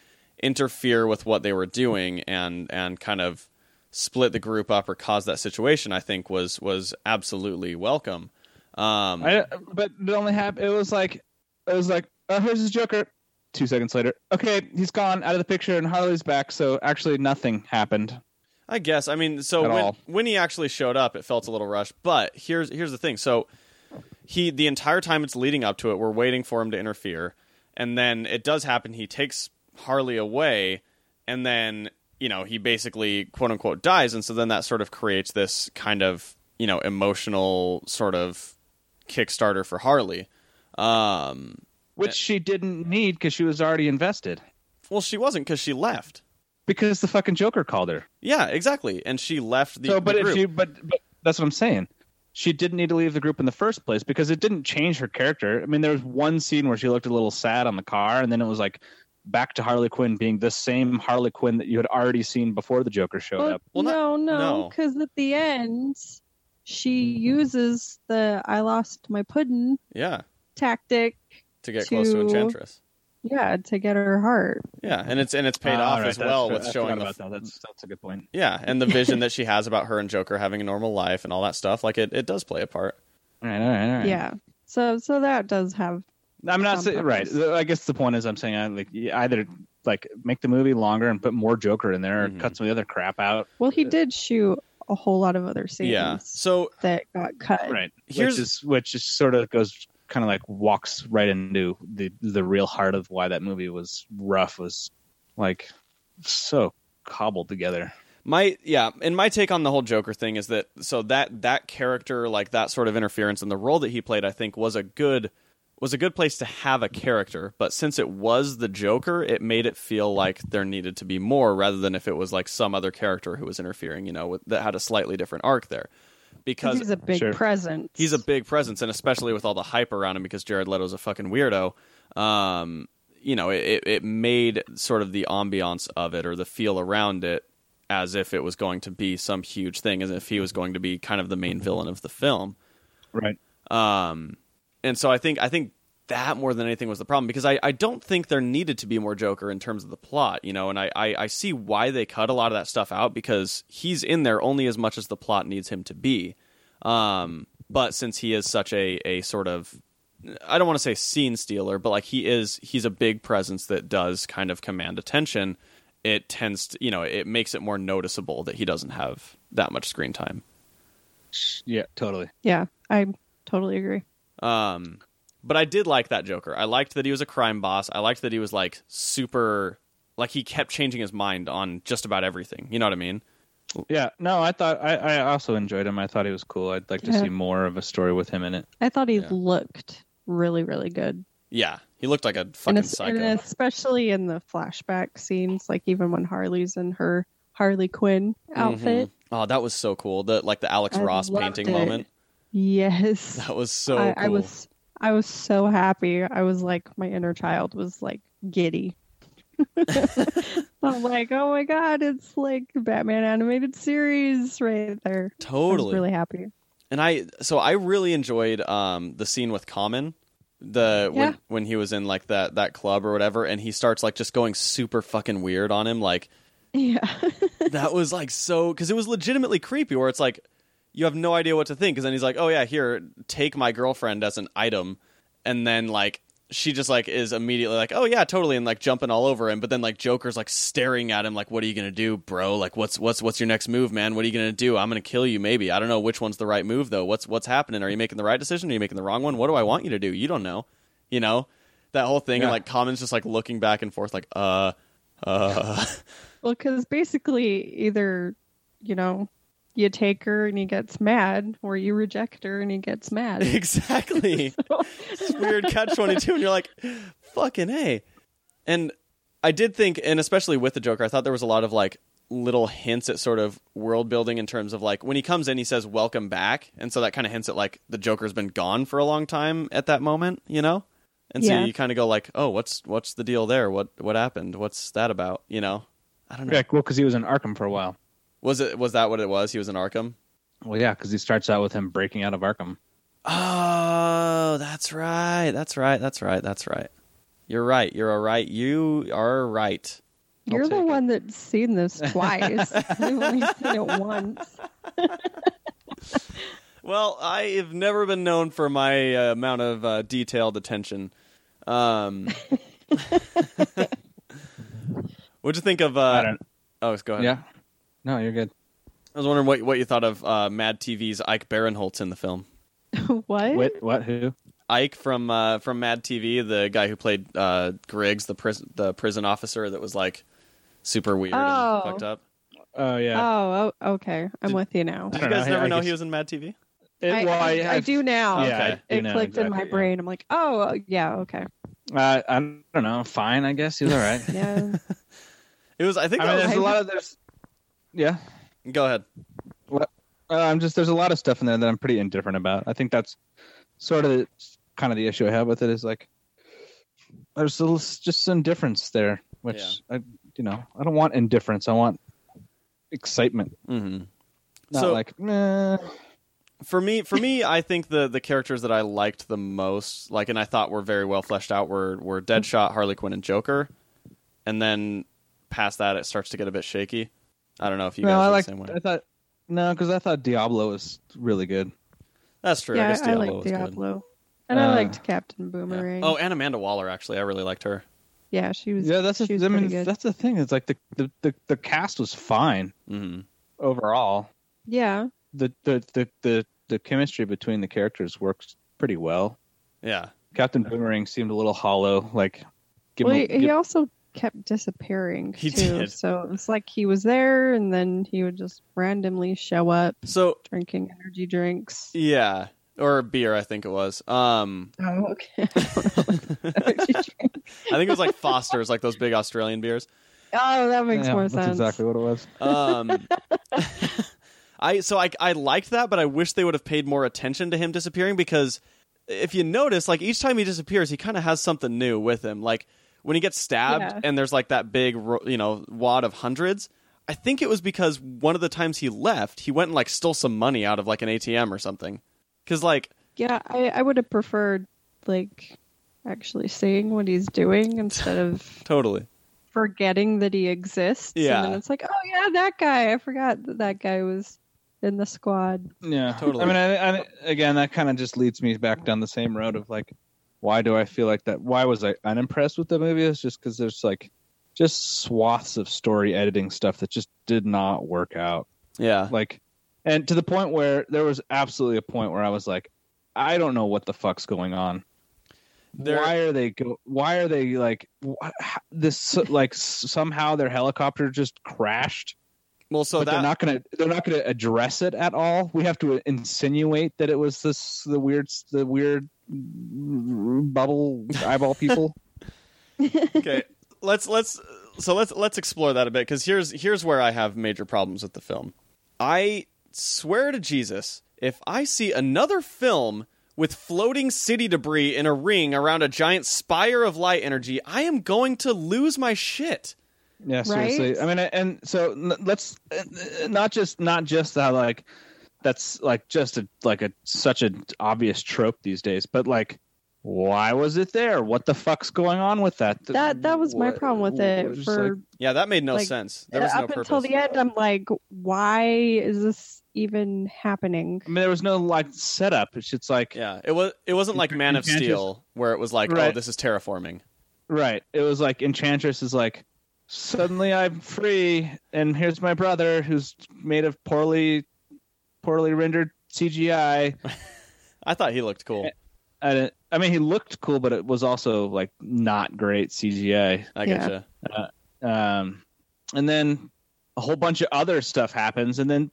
C: interfere with what they were doing and and kind of split the group up or cause that situation, I think was was absolutely welcome. Um,
D: I, uh, but it only happened. It was like it was like oh, here's his Joker. Two seconds later, okay, he's gone out of the picture, and Harley's back. So actually, nothing happened.
C: I guess. I mean, so
D: At
C: when
D: all.
C: when he actually showed up, it felt a little rushed. But here's here's the thing. So he the entire time it's leading up to it, we're waiting for him to interfere, and then it does happen. He takes Harley away, and then you know he basically quote unquote dies, and so then that sort of creates this kind of you know emotional sort of Kickstarter for Harley. Um,
D: Which she didn't need because she was already invested.
C: well, she wasn't because she left.
D: Because the fucking Joker called her.
C: Yeah, exactly, and she left the.
D: so, but
C: the
D: if
C: group.
D: she, but, but that's what I'm saying. She didn't need to leave the group in the first place because it didn't change her character. I mean, there was one scene where she looked a little sad on the car, and then it was like back to Harley Quinn being the same Harley Quinn that you had already seen before the Joker showed
A: Well,
D: up.
C: Well, not-
A: no, no,
C: no. Hmm.
A: because at the end she uses the I lost my puddin
C: yeah,
A: tactic
C: to get close to
A: To-
C: Enchantress.
A: yeah, to get her heart.
C: Yeah, and it's and it's
D: Ah,
C: paid off as well with showing the
D: about that. That's, that's a good point.
C: yeah, and the vision that she has about her and Joker having a normal life and all that stuff. Like it, it does play a part.
D: All right, all right, all right.
A: Yeah. So so that does have
D: I'm not
A: Some
D: saying right.
A: purpose.
D: I guess the point is I'm saying I, like you either like make the movie longer and put more Joker in there,
C: Mhm.
D: or cut some of the other crap out.
A: well he did shoot a whole lot of other scenes
C: Uh, Yeah. So
A: that got cut.
D: Right.
C: Here's-
D: which is which is sort of goes kind of like walks right into the the real heart of why that movie was rough was like so cobbled together.
C: my yeah, and my take on the whole Joker thing is that so that that character like that sort of interference and the role that he played, I think was a good was a good place to have a character, but since it was the Joker, it made it feel like there needed to be more rather than if it was like some other character who was interfering, you know, with, that had a slightly different arc there. Because
A: he's a big
D: Sure.
A: presence.
C: he's a big presence, and especially with all the hype around him, because Jared Leto's a fucking weirdo. Um, you know, it- it it made sort of the ambiance of it or the feel around it as if it was going to be some huge thing, as if he was going to be kind of the main villain of the film.
D: Right.
C: Um, And so I think I think that more than anything was the problem because I, I don't think there needed to be more Joker in terms of the plot, you know, and I, I, I see why they cut a lot of that stuff out because he's in there only as much as the plot needs him to be. Um, but since he is such a, a sort of I don't want to say scene stealer, but like he is he's a big presence that does kind of command attention, it tends to you know, it makes it more noticeable that he doesn't have that much screen time.
D: Yeah, totally.
A: yeah, I totally agree.
C: Um, but I did like that Joker. I liked that he was a crime boss. I liked that he was like super, like he kept changing his mind on just about everything. You know what I mean?
D: Yeah. No, I thought I, I also enjoyed him. I thought he was cool. I'd like to
A: Yeah.
D: see more of a story with him in it.
A: I thought he
C: Yeah.
A: looked really, really good,
C: Yeah, he looked like a fucking
A: and, es-
C: psycho.
A: and especially in the flashback scenes, like even when Harley's in her Harley Quinn outfit.
C: Oh, that was so cool. The like the Alex
A: I
C: Ross
A: loved
C: painting
A: it.
C: moment.
A: Yes,
C: That was so.
A: I,
C: cool.
A: I was, I was so happy. I was like, my inner child was like giddy. I'm like, oh my god, it's like Batman animated series right there. I was
C: totally
A: really happy.
C: and I so I really enjoyed um the scene with Common the
A: Yeah.
C: when when he was in like that that club or whatever and he starts like just going super fucking weird on him like
A: Yeah.
C: that was like so because it was legitimately creepy where it's like you have no idea what to think because then he's like oh yeah here take my girlfriend as an item and then like she just like is immediately like oh yeah totally and like jumping all over him but then like joker's like staring at him like what are you gonna do bro like what's what's what's your next move man what are you gonna do i'm gonna kill you maybe i don't know which one's the right move though what's what's happening are you making the right decision are you making the wrong one what do i want you to do you don't know you know that whole thing and
D: Yeah.
C: like common's just like looking back and forth like uh uh
A: Well, because basically, either you know, you take her and he gets mad, or you reject her and he gets mad.
C: exactly
A: So-
C: It's weird catch 22 and you're like fucking hey and i did think and especially with the joker i thought there was a lot of like little hints at sort of world building in terms of like when he comes in he says welcome back and so that kind of hints at like the joker's been gone for a long time at that moment you know and so
A: Yeah.
C: you kind of go like oh what's what's the deal there what what happened what's that about you know i don't know
D: Yeah, well, because he was in Arkham for a while.
C: was it was that what it was he was in arkham
D: Well, yeah, because he starts out with him breaking out of Arkham.
C: Oh, that's right. That's right. That's right. That's right. You're right. You're all right. You are right.
A: You're the
D: take it.
A: one that's seen this twice. I've only seen it once.
C: Well, I have never been known for my uh, amount of uh, detailed attention. Um, what'd you think of? Uh,
D: I don't.
C: Oh, go ahead.
D: Yeah. No, you're good.
C: I was wondering what what you thought of uh, Mad TV's Ike Barinholtz in the film.
A: what?
D: What? What? Who?
C: Ike from uh, from Mad TV, the guy who played uh, Griggs, the prison the prison officer that was like super weird
A: Oh.
C: and fucked up.
D: Oh yeah.
A: Oh, oh, okay. I'm
C: Did-
A: with you now.
C: Did
D: I don't
C: you guys
D: know.
C: never
D: I- I
C: know he
D: guess-
C: was in Mad TV?
D: It-
A: I,
D: well,
A: I,
D: I,
A: I do now.
D: Yeah,
C: Okay.
D: I
A: It
D: do know
A: clicked in
D: exactly,
A: my
D: yeah.
A: brain. I'm like, oh, yeah, okay,
D: Uh, I don't know. Fine, I guess he's all right.
A: yeah.
C: It was. I think.
D: I mean,
C: that
D: there's
C: was-
D: a lot of there's. Yeah,
C: Go ahead.
D: uh, I'm just there's a lot of stuff in there that I'm pretty indifferent about. I think that's sort of kind of the issue I have with it is like there's a little, just some indifference there, which I you know I don't want indifference. I want excitement,
C: Mm-hmm.
D: not
C: So-
D: like meh.
C: For me, for me, I think the the characters that I liked the most, like, and I thought were very well fleshed out, were were Deadshot, Harley Quinn, and Joker. And then past that, it starts to get a bit shaky. I don't know if you
D: No,
C: guys
D: I
C: are
D: like.
C: the same way.
D: I thought no, because I thought Diablo was really good.
C: That's true. I
A: yeah,
C: guess
A: I,
C: Diablo
A: like
C: was
A: Diablo, and
D: Uh,
A: I liked Captain
C: good. Yeah.
A: Boomerang.
C: Oh, and Amanda Waller actually, I really liked her.
A: yeah, she was.
D: Yeah, that's
A: she
D: a,
A: was
D: I mean
A: pretty good.
D: that's the thing. It's like the, the the the cast was fine
C: hmm
D: overall.
A: yeah.
D: The the the the, the chemistry between the characters works pretty well.
C: Yeah.
D: Captain Boomerang seemed a little hollow. Like, give
A: well,
D: him a-
A: he, he
D: give-
A: also kept disappearing
C: He
A: too.
C: did.
A: So it was like he was there, and then he would just randomly show up
C: So
A: drinking energy drinks.
C: yeah, or beer, I think it was. Um,
A: Oh, okay. What you drink.
C: I think it was like Foster's, like those big Australian beers.
A: oh, that makes
D: Yeah,
A: more
D: that's
A: sense.
D: exactly what it was.
C: Um, I so I I liked that, but I wish they would have paid more attention to him disappearing because if you notice, like each time he disappears, he kind of has something new with him. Like when he gets stabbed
A: Yeah.
C: and there's like that big ro- you know wad of hundreds. I think it was because one of the times he left, he went and like stole some money out of like an ATM or something. Because like
A: Yeah, I, I would have preferred like actually seeing what he's doing instead of
C: totally.
A: forgetting that he exists.
C: Yeah.
A: and then it's like, oh yeah, that guy. I forgot that that guy was in the squad.
D: Yeah,
C: Totally.
D: I mean, I, I, again, that kind of just leads me back down the same road of like, why do I feel like that? Why was I unimpressed with the movie? It's just because there's like just swaths of story editing stuff that just did not work out.
C: Yeah.
D: Like, and to the point where there was absolutely a point where I was like, I don't know what the fuck's going on.
C: There-
D: why are they go? Why are they like wh- how- this? Like somehow their helicopter just crashed
C: Well, so
D: but
C: that
D: they're not gonna they're not gonna address it at all. We have to insinuate that it was this the weird the weird bubble eyeball people.
C: okay let's let's so let's let's explore that a bit because here's here's where i have major problems with the film i swear to jesus if i see another film with floating city debris in a ring around a giant spire of light energy i am going to lose my shit
D: Yeah, seriously.
A: Right?
D: I mean, and so n- let's uh, not just not just that like that's like just a like a such an obvious trope these days, but like why was it there? What the fuck's going on with that?
A: That that was my
D: Wh-
A: problem with
D: wh-
A: it.
D: just
A: For
D: like-
C: yeah that made no
A: Like, uh,
C: sense there was
A: up
C: no purpose
A: until the end, I'm like, why is this even happening?
D: I mean, there was no like setup. It's just like
C: yeah it was it wasn't like
D: You
C: man of
D: can't just-
C: steel where it was like oh
D: Right.
C: this is terraforming
D: Right. It was like Enchantress is like, suddenly I'm free, and here's my brother who's made of poorly, poorly rendered CGI.
C: i thought he looked
A: Eh,
C: cool
D: I, didn't- I mean, he looked cool, but it was also like not great CGI.
C: i
A: Yeah.
C: getcha
D: Um, and then a whole bunch of other stuff happens, and then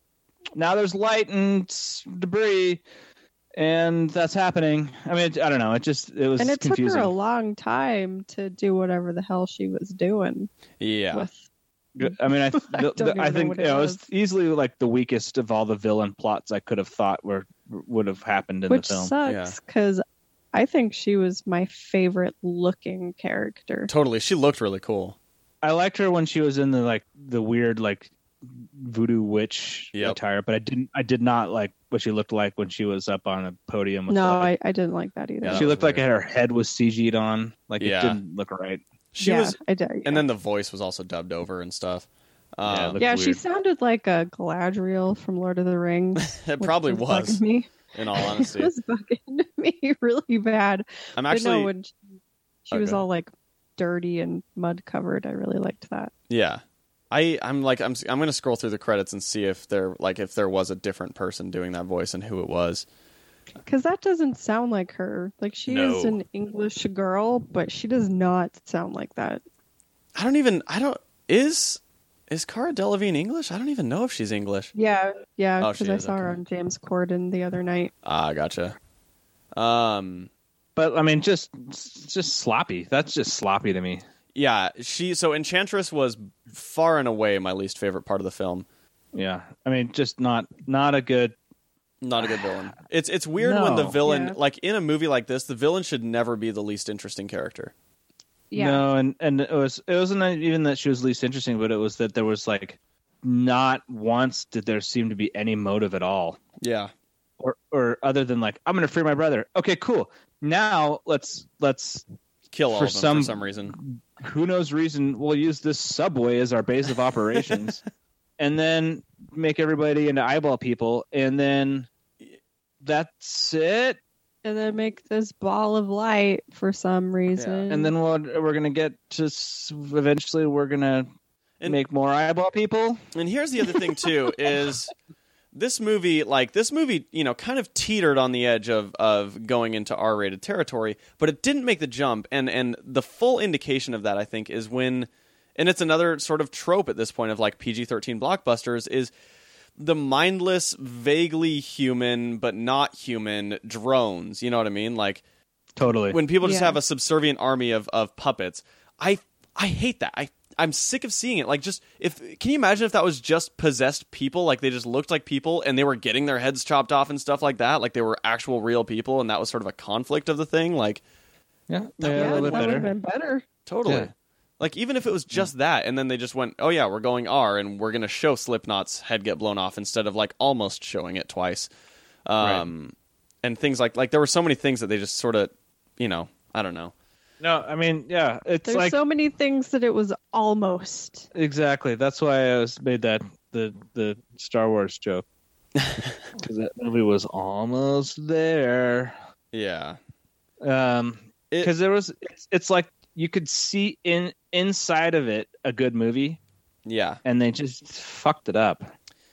D: now there's light and s- debris, and that's happening. I mean, I don't know. It just it was
A: And it
D: confusing.
A: took her a long time to do whatever the hell she was doing
C: yeah
A: with
D: Good- I mean, I, th-
A: I
D: the,
A: don't
D: the-
A: even
D: I
A: know
D: think
A: what
D: you
A: it
D: know, it was
A: was.
D: easily like the weakest of all the villain plots I could have thought were would have happened in
A: which
D: the film.
A: sucks because I think she was my favorite looking character.
C: totally she looked really cool
D: I liked her when she was in the like the weird like voodoo witch
C: Yep.
D: attire, but I didn't I did not like what she looked like when she was up on a podium. With
A: No,
D: like,
A: I, I didn't like that either.
C: Yeah, that
D: she
C: was
D: looked like
C: weird.
D: her head was CG'd on. Like
C: Yeah.
D: it didn't look right.
C: she
A: Yeah,
C: was
A: I did, yeah.
C: and then the voice was also dubbed over and stuff.
D: Yeah, it
C: Um,
D: looked
A: yeah, she
D: weird.
A: sounded like a Galadriel from Lord of the Rings.
C: it probably
A: which
C: was,
A: bugging me.
C: in all
A: it
C: honesty.
A: was bugging me really bad. but
C: I'm
A: no,
C: actually,
A: when she, she was
C: Okay.
A: all like dirty and mud covered, I really liked that.
C: yeah, I, I'm like, I'm, I'm gonna scroll through the credits and see if there, like, if there was a different person doing that voice and who it was.
A: Because that doesn't sound like her. Like she is
C: No.
A: an English girl, but she does not sound like that.
C: I don't even, I don't, is, is Cara Delevingne English? I don't even know if she's English.
A: Yeah, yeah.
C: Oh, she
A: Because I
C: is,
A: saw her
C: okay.
A: on James Corden the other night.
C: Ah, gotcha. Um,
D: But I mean, just just sloppy. That's just sloppy to me.
C: yeah, she. So Enchantress was far and away my least favorite part of the film.
D: Yeah, I mean, just not not a good.
C: not a good villain. It's it's weird when the
D: No.
C: villain
A: Yeah.
C: like in a movie like this, the villain should never be the least interesting character.
A: Yeah,
D: No, and and it was it wasn't even that she was least interesting, but it was that there was like not once did there seem to be any motive at all,
C: Yeah.
D: or or other than like I'm gonna free my brother. Okay, cool. Now let's let's
C: Kill all
D: For
C: of them for
D: some-
C: some reason.
D: who knows reason we'll use this subway as our base of operations, and then make everybody into eyeball people, and then that's it.
A: and then make this ball of light for some reason.
D: And then we'll, we're gonna get to s- eventually we're gonna
C: And-
D: make more eyeball people.
C: And here's the other thing too is this movie like this movie, you know, kind of teetered on the edge of of going into R-rated territory, but it didn't make the jump and and the full indication of that I think is when and it's another sort of trope at this point of like PG-13 blockbusters is the mindless, vaguely human but not human drones. You know what I mean? Like
D: Totally.
C: when people just
A: Yeah.
C: have a subservient army of, of puppets. I I hate that. I I'm sick of seeing it. Like just if can you imagine if that was just possessed people? Like they just looked like people and they were getting their heads chopped off and stuff like that. Like they were actual real people and that was sort of a conflict of the thing. Like
D: yeah, yeah,
A: yeah,
D: a little
A: that would
D: bit better.
A: have been better.
C: Totally.
D: Yeah.
C: Like even if it was just that, and then they just went, "Oh yeah, we're going R, and we're gonna show Slipknot's head get blown off instead of like almost showing it twice," um, and things like like there were so many things that they just sort of, you know, I don't know.
D: No, I mean, yeah, it's
A: There's
D: like
A: so many things that it was almost.
D: exactly. That's why I was made that the the Star Wars joke because that movie was almost there.
C: Yeah,
D: Um,
C: It-
D: because there was, it's, it's like you could see in inside of it a good movie,
C: yeah.
D: and they just fucked it up.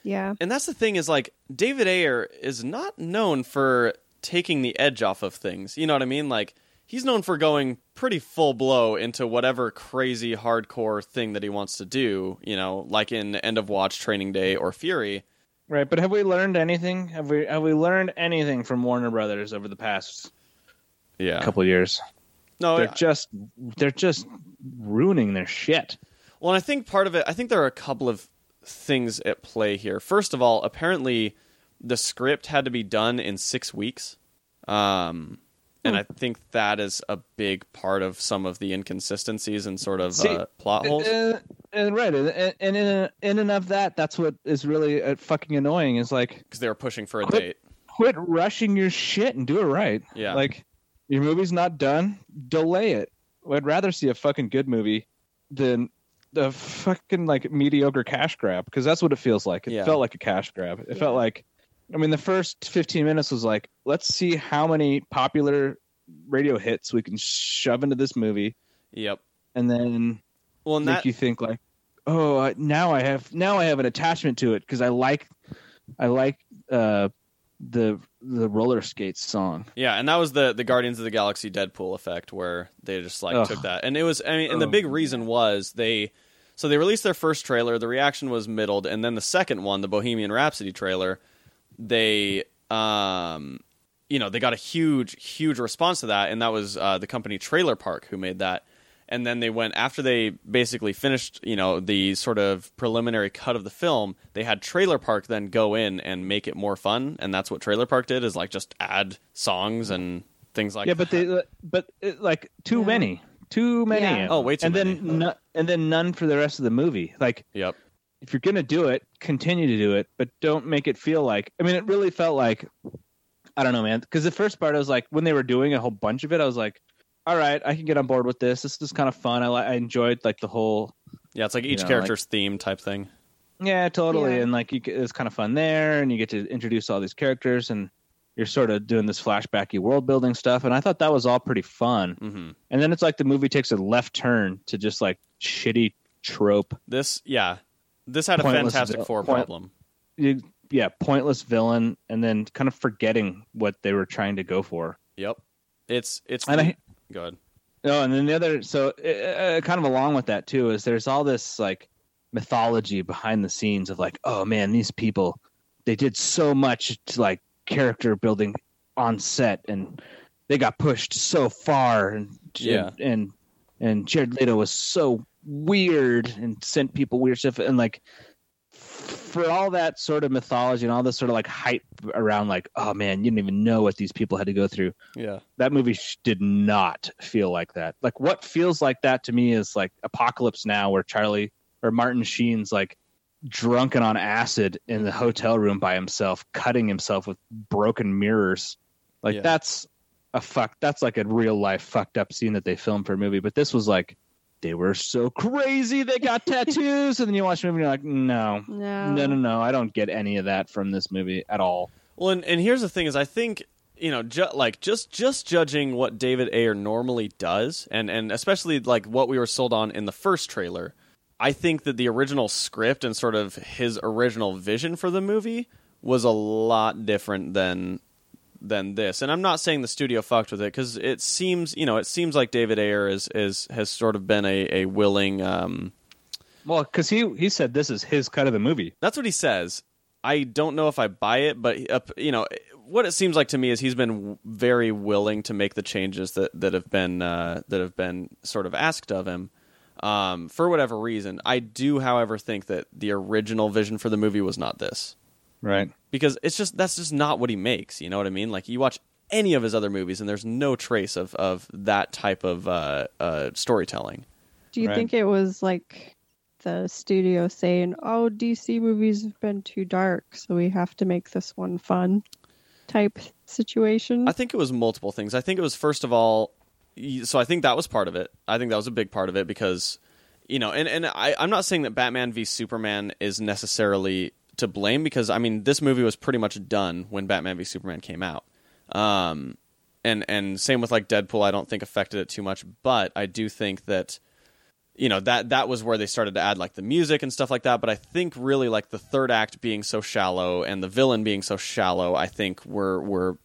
A: Yeah.
C: And that's the thing is like David Ayer is not known for taking the edge off of things. You know what I mean? Like he's known for going pretty full blow into whatever crazy hardcore thing that he wants to do, you know, like in End of Watch, Training Day or Fury.
D: Right, but have we learned anything? Have we have we learned anything from Warner Brothers over the past
C: Yeah.
D: couple years?
C: no,
D: they're
C: I-
D: just they're just ruining their shit.
C: Well, and I think part of it, I think there are a couple of things at play here. First of all, apparently the script had to be done in six weeks. Um,
D: Hmm.
C: and I think that is a big part of some of the inconsistencies and sort of
D: See,
C: uh, plot holes.
D: Uh, and right, and, and in in and of that, that's what is really uh, fucking annoying. Is like
C: because they were pushing for a
D: Quit-
C: date.
D: quit rushing your shit and do it right.
C: Yeah.
D: like your movie's not done, delay it. I'd rather see a fucking good movie than the fucking like mediocre cash grab because that's what it feels like. It
C: Yeah.
D: felt like a cash grab. It felt like, I mean, the first 15 minutes was like, let's see how many popular radio hits we can shove into this movie,
C: Yep.
D: and then
C: Well, and
D: make
C: that
D: you think like, oh, I- now I have now I have an attachment to it because I like, I like uh, the the roller skates song.
C: yeah, and that was the the Guardians of the Galaxy Deadpool effect where they just like
D: Ugh.
C: took that, and it was. I mean, and the
D: Ugh.
C: big reason was they. So they released their first trailer. The reaction was middled, and then the second one, the Bohemian Rhapsody trailer, they um, you know, they got a huge, huge response to that, and that was uh, the company Trailer Park who made that. And then they went after they basically finished, you know, the sort of preliminary cut of the film. They had Trailer Park then go in and make it more fun, and that's what Trailer Park did is like just add songs and things like.
D: yeah, but
C: that.
D: they but uh, like too
A: Yeah.
D: many, too many.
A: Yeah.
C: Oh, way too
D: and
C: many.
D: then no, and then none for the rest of the movie. Like
C: Yep.
D: if you're gonna do it, continue to do it, but don't make it feel like. I mean, it really felt like I don't know, man. Because the first part, I was like, when they were doing a whole bunch of it, I was like, all right, I can get on board with this. This is kind of fun. I, li- I enjoyed like the whole
C: Yeah, it's like each
D: know, like-
C: character's theme type thing.
D: yeah, totally.
A: Yeah.
D: And like you, c- it's kind of fun there, and you get to introduce all these characters and. You're sort of doing this flashbacky world building stuff, and I thought that was all pretty fun.
C: hmm
D: And then it's like the movie takes a left turn to just like shitty trope.
C: This, yeah, this had a
D: Pointless
C: Fantastic
D: vil-
C: Four
D: point-
C: problem.
D: You, yeah, pointless villain, and then kind of forgetting what they were trying to go for.
C: Yep. It's it's.
D: And I-
C: Go ahead.
D: Oh, and then the other, so uh, kind of along with that too, is there's all this like mythology behind the scenes of like, oh man, these people, they did so much to like character building on set, and they got pushed so far, and
C: Yeah.
D: and and Jared Leto was so weird and sent people weird stuff, and like for all that sort of mythology and all this sort of like hype around like, oh man, you didn't even know what these people had to go through
C: Yeah.
D: that movie sh- did not feel like that. Like what feels like that to me is like Apocalypse Now, where Charlie or Martin Sheen's like drunken on acid in the hotel room by himself, cutting himself with broken mirrors. Like
C: Yeah.
D: that's a fuck. That's like a real life fucked up scene that they filmed for a movie. But this was like they were so crazy they got tattoos, and then you watch the movie and you're like, no,
A: No.
D: no, no, no, I don't get any of that from this movie at all.
C: Well, and, and here's the thing: is I think you know, ju- like just just judging what David Ayer normally does, and and especially like what we were sold on in the first trailer, I think that the original script and sort of his original vision for the movie was a lot different than than this. And I'm not saying the studio fucked with it because it seems you know it seems like David Ayer is is has sort of been a a willing. Um,
D: Well, because he he said this is his cut of the movie.
C: that's what he says. I don't know if I buy it, but uh, you know what it seems like to me is he's been w- very willing to make the changes that that have been uh, that have been sort of asked of him um, for whatever reason. I do, however, think that the original vision for the movie was not this
D: right?
C: because it's just that's just not what he makes. You know what I mean? Like you watch any of his other movies, and there's no trace of of that type of uh, uh, storytelling.
A: Do you
D: Right.
A: think it was like the studio saying, "Oh, DC movies have been too dark, so we have to make this one fun"? Type situation.
C: I think it was multiple things. I think it was first of all, y- so I think that was part of it. I think that was a big part of it because, you know, and and I, I'm not saying that Batman v Superman is necessarily to blame because I mean this movie was pretty much done when Batman v Superman came out. Um, and and same with like Deadpool. I don't think affected it too much, but I do think that. You know that that was where they started to add like the music and stuff like that. But I think really like the third act being so shallow and the villain being so shallow, I think were were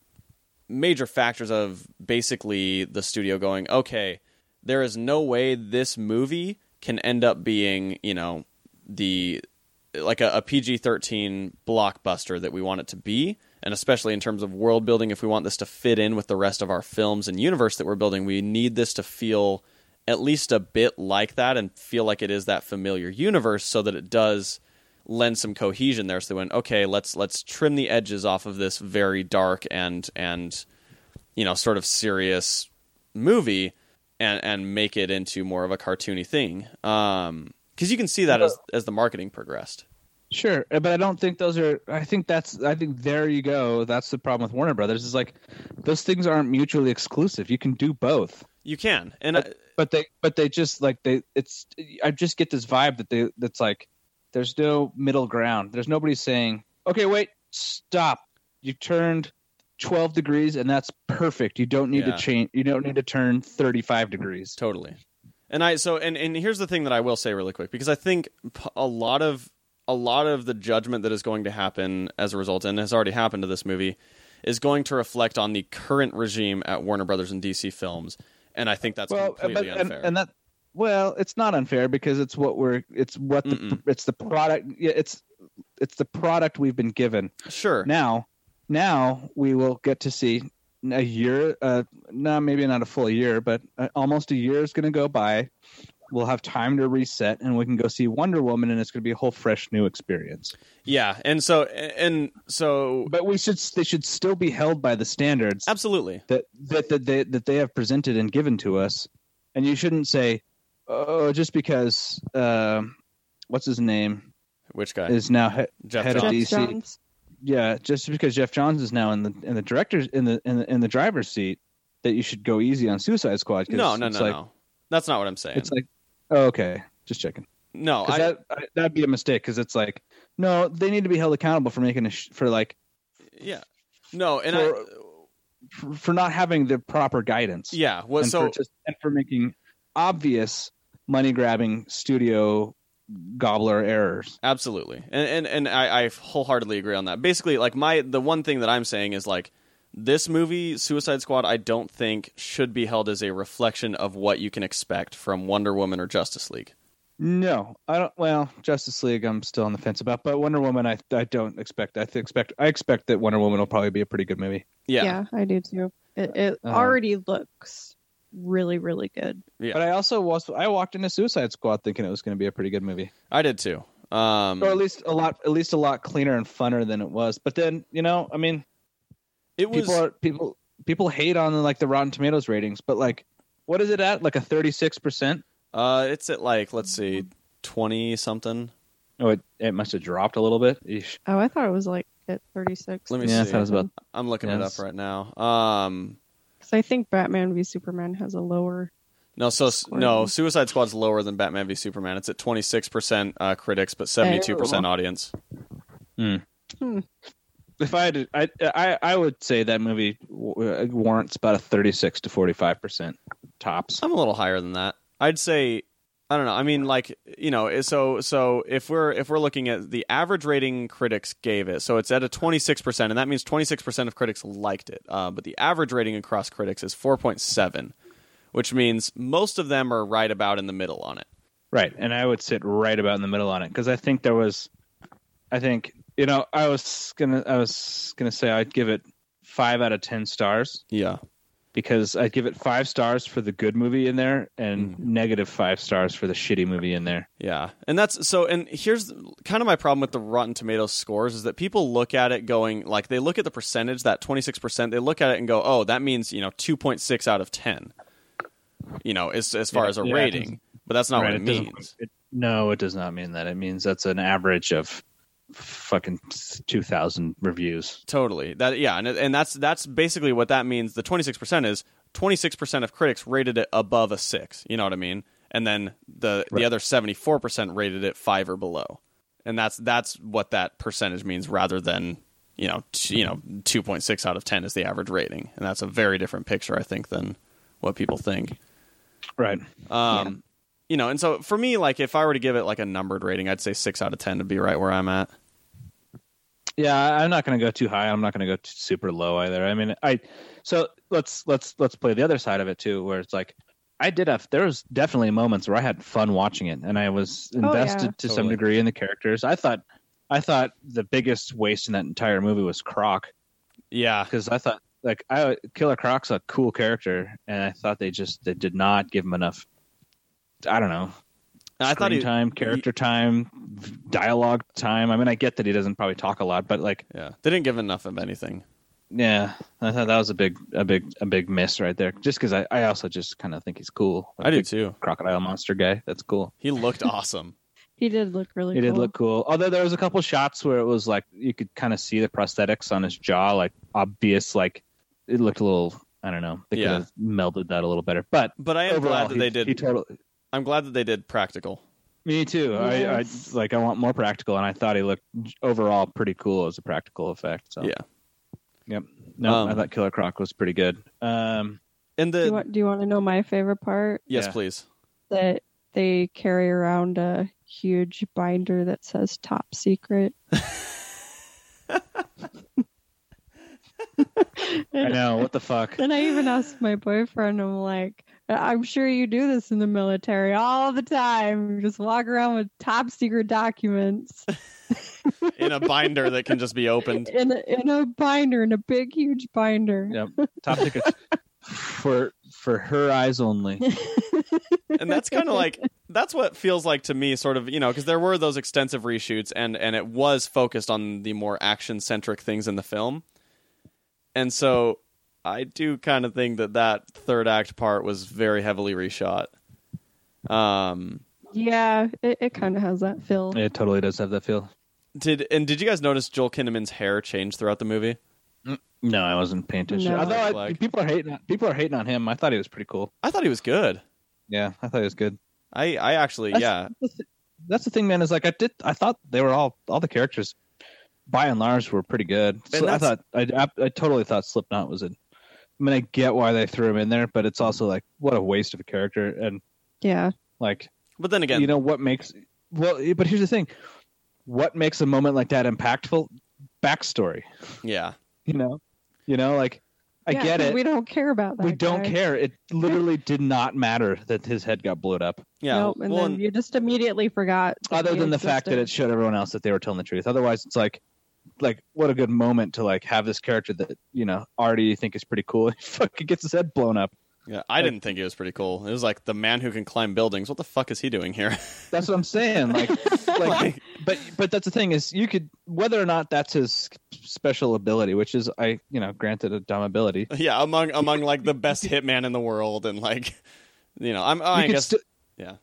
C: major factors of basically the studio going, okay, there is no way this movie can end up being, you know, the like a, a PG 13 blockbuster that we want it to be. And especially in terms of world building, if we want this to fit in with the rest of our films and universe that we're building, we need this to feel at least a bit like that and feel like it is that familiar universe so that it does lend some cohesion there. So they went, okay, let's let's trim the edges off of this very dark and and you know sort of serious movie and and make it into more of a cartoony thing. Um, because you can see that as as the marketing progressed.
D: Sure, uh, but I don't think those are. I think that's. I think there you go. That's the problem with Warner Brothers is like, those things aren't mutually exclusive. You can do both,
C: You can, and uh, I,
D: but they, but they just like they. It's. I just get this vibe that they. That's like, there's no middle ground. There's nobody saying, okay, wait, stop. You turned. 12 degrees and that's perfect. You don't need
C: Yeah.
D: to change you don't need to turn 35 degrees.
C: Totally. And I so and and here's the thing that I will say really quick because I think p- a lot of a lot of the judgment that is going to happen as a result and has already happened to this movie is going to reflect on the current regime at Warner Brothers and DC Films, and I think that's completely
D: uh, and,
C: unfair.
D: and that well, it's not unfair because it's what we're it's what the
C: Mm-mm.
D: it's the product yeah, it's it's the product we've been given.
C: sure.
D: Now, now we will get to see a year uh no maybe not a full year but uh, almost a year is going to go by we'll have time to reset and we can go see wonder woman and it's going to be a whole fresh new experience
C: yeah, and so and so
D: but we should they should still be held by the standards
C: absolutely.
D: that that that they, that they have presented and given to us, and you shouldn't say, "Oh, just because um, what's his name
C: Which guy?
D: is now he-
C: Jeff
D: head
A: Jeff
D: of
C: Johns.
D: DC."
A: Johns.
D: Yeah, just because Jeff Johns is now in the in the director's in the in the, in the driver's seat, that you should go easy on Suicide Squad. 'cause
C: no, no,
D: it's
C: no,
D: like,
C: no. That's not what I'm saying.
D: It's like, oh, okay, just checking.
C: no,
D: 'Cause
C: I,
D: that I, that'd be a mistake because it's like, no, they need to be held accountable for making a sh- for like
C: yeah, no, and I,
D: for, for not having the proper guidance.
C: yeah. Well,
D: and
C: so
D: for just and for making obvious money grabbing studio gobbler errors.
C: Absolutely, and and and I, I wholeheartedly agree on that. Basically, like my the one thing that I'm saying is like this movie, Suicide Squad, I don't think should be held as a reflection of what you can expect from Wonder Woman or Justice League.
D: No, I don't. Well, Justice League, I'm still on the fence about, but Wonder Woman, I I don't expect. I th- expect I expect that Wonder Woman will probably be a pretty good movie.
C: Yeah,
A: Yeah. I do too. It, it
D: Uh,
A: already looks really, really good.
C: Yeah.
D: But I also was I walked into Suicide Squad thinking it was going to be a pretty good movie,
C: I did too. Um,
D: or at least a lot at least a lot cleaner and funner than it was. But then you know, I mean,
C: it was
D: people are people people hate on like the Rotten Tomatoes ratings, but like, what is it at? Like a thirty six percent.
C: uh, it's at like let's see, twenty something.
D: Oh, it, it must have dropped a little bit. Eesh.
A: Oh, I thought it was like at 36.
C: Let me
D: Yeah, I
C: see.
D: thought it was about.
C: I'm looking it
D: Yes.
C: up right now. Um,
A: Because I think Batman v Superman has a lower.
C: no, so s-
A: Squad.
C: no, Suicide Squad's lower than Batman v Superman. It's at twenty six percent uh, critics, but seventy two percent audience.
D: If I had, to, I, I, I would say that movie w- uh, warrants about a thirty-six to forty-five percent tops.
C: I'm a little higher than that. I'd say I don't know. I mean, like you know, so so if we're if we're looking at the average rating critics gave it, so it's at a 26 percent, and that means 26 percent of critics liked it. Uh, but the average rating across critics is 4.7, which means most of them are right about in the middle on it.
D: Right, and I would sit right about in the middle on it because I think there was, I think You know, I was gonna I was gonna say I'd give it five out of ten stars
C: Yeah.
D: because I'd give it five stars for the good movie in there and negative five stars for the shitty movie in there.
C: Yeah. And that's so and here's kind of my problem with the Rotten Tomatoes scores is that people look at it going like they look at the percentage that 26%, they look at it and go, "Oh, that means, you know, 2.6 out of 10." You know, as as far
D: Yeah,
C: as a
D: yeah, it
C: rating. But that's not
D: Right,
C: what it
D: doesn't-
C: means.
D: it- no, it does not mean that. It means that's an average of fucking two thousand reviews.
C: Totally. That yeah, and and that's that's basically what that means. The twenty six percent is twenty six percent of critics rated it above a six. You know what I mean? And then the the
D: Right.
C: other seventy four percent rated it five or below. And that's that's what that percentage means, rather than you know t- you know two point six out of ten is the average rating, and that's a very different picture, I think, than what people think.
D: Right.
C: Um, You know, and so for me, like if I were to give it like a numbered rating, I'd say six out of ten to be right where I'm at.
D: Yeah, I- I'm not going to go too high. I'm not going to go too super low either. I mean, I so let's let's let's play the other side of it too, where it's like I did have there was definitely moments where I had fun watching it, and I was
A: yeah.
D: invested to some
C: Totally.
D: degree in the characters. I thought I thought the biggest waste in that entire movie was Croc
C: Yeah,
D: because I thought like I Killer Croc's a cool character, and I thought they just they did not give him enough. I don't know.
C: And I thought
D: screen
C: he
D: time, character time, dialogue time. I mean, I get that he doesn't probably talk a lot, but like
C: yeah they didn't give enough of anything.
D: yeah, I thought that was a big, a big, a big miss right there. Just because I, I also just kind of think he's cool.
C: I do
D: Big
C: too.
D: Crocodile monster guy. That's cool.
C: He looked awesome.
A: He did look really.
D: he
A: cool.
D: did look cool. Although there was a couple shots where it was like you could kind of see the prosthetics on his jaw, like obvious. Like it looked a little. I don't know. They
C: Yeah.
D: could have melded that a little better. But
C: But I am
D: overall,
C: glad that
D: he-
C: they did.
D: He totally.
C: I'm glad that they did practical.
D: Me too.
A: Yes.
D: I, I like. I want more practical, and I thought he looked overall pretty cool as a practical effect. So
C: Yeah,
D: Yep. No,
C: Um,
D: I thought Killer Croc was pretty good. Um.
C: and
A: Do
C: the
A: you, want, do you want to know my favorite part?
C: yes,
D: Yeah.
C: please.
A: That they carry around a huge binder that says "Top Secret."
D: I know. What the fuck.
A: Then I even asked my boyfriend, I'm like, I'm sure you do this in the military all the time. You just walk around with top secret documents
C: In a binder that can just be opened.
A: in a, in a binder, in a big, huge binder.
D: Yep. Top tickets for for her eyes only.
C: and that's kind of like that's what feels like to me sort of you know because there were those extensive reshoots and and it was focused on the more action centric things in the film and so i do kind of think that that third act part was very heavily reshot um
A: Yeah, it, it kind of has that feel.
D: It totally does have that feel.
C: did and did you guys notice joel kinnaman's hair change throughout the movie
D: No, I wasn't paying attention.
A: No.
D: Although I,
C: Flag.
D: people are hating, on- people are hating on him. I thought he was pretty cool.
C: i thought he was good
D: Yeah, I thought he was good.
C: i i actually
D: That's-
C: yeah
D: That's the, that's the thing, man. Is like I did. I thought they were all all the characters, by and large, were pretty good. So I
C: that's-
D: thought I, I I totally thought Slipknot was in. I mean, I get why they threw him in there, but it's also like what a waste of a character. And
A: Yeah.
D: like
C: but then again
D: you know what makes well eh, but here's the thing what makes a moment like that impactful backstory
C: yeah
D: you know you know like i
A: Yeah,
D: get
A: 'cause
D: it
A: We don't care about that.
D: we don't
A: guy.
D: care it literally did not matter that his head got blown up
C: yeah
A: Nope, and
C: well,
A: then you just immediately forgot. that
D: other
A: he
D: than the fact that it
A: existed.
D: showed everyone else that they were telling the truth otherwise it's like like what a good moment to like have this character that you know already you think is pretty cool he fucking gets his head blown up
C: yeah i didn't think it was pretty cool it was like the man who can climb buildings what the fuck is he doing here
D: that's what i'm saying like like but but that's the thing is you could whether or not that's his special ability which is i you know granted a dumb ability
C: Yeah, among among like the best hitman in the world, and like you know, I'm Oh, I
D: you could
C: guess
D: sti-
C: yeah.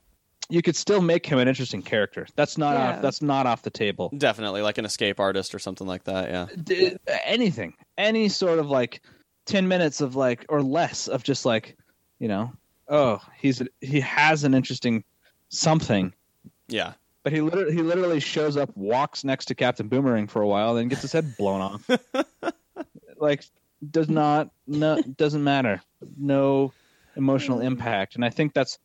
D: you could still make him an interesting character that's not
A: Yeah.
D: off that's not off the table
C: definitely like an escape artist or something like that. Yeah,
D: D- anything any sort of like 10 minutes of like or less of just like you know oh he's he has an interesting something
C: yeah,
D: but he literally he literally shows up walks next to captain boomerang for a while then gets his head blown off like does not no doesn't matter no emotional impact and i think that's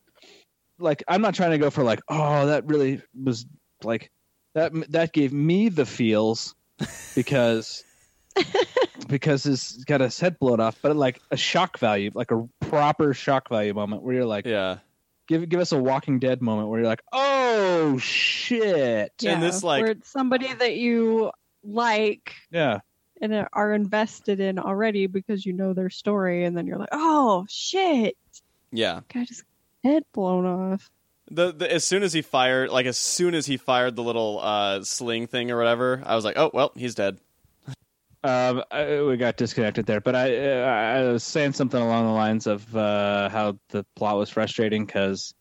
D: like i'm not trying to go for like oh that really was like that that gave me the feels because because he's got his head blown off but like a shock value like a proper shock value moment where you're like
C: yeah.
D: give give us a Walking Dead moment where you're like, oh shit.
C: and this, like-
A: where it's somebody that you like
D: Yeah.
A: and are invested in already because you know their story, and then you're like, oh shit,
C: Yeah.
A: guy just head blown off.
C: The, the as soon as he fired, like as soon as he fired the little uh, sling thing or whatever, I was like, oh well, he's dead.
D: Um, I, we got disconnected there, but I uh, I was saying something along the lines of uh, how the plot was frustrating because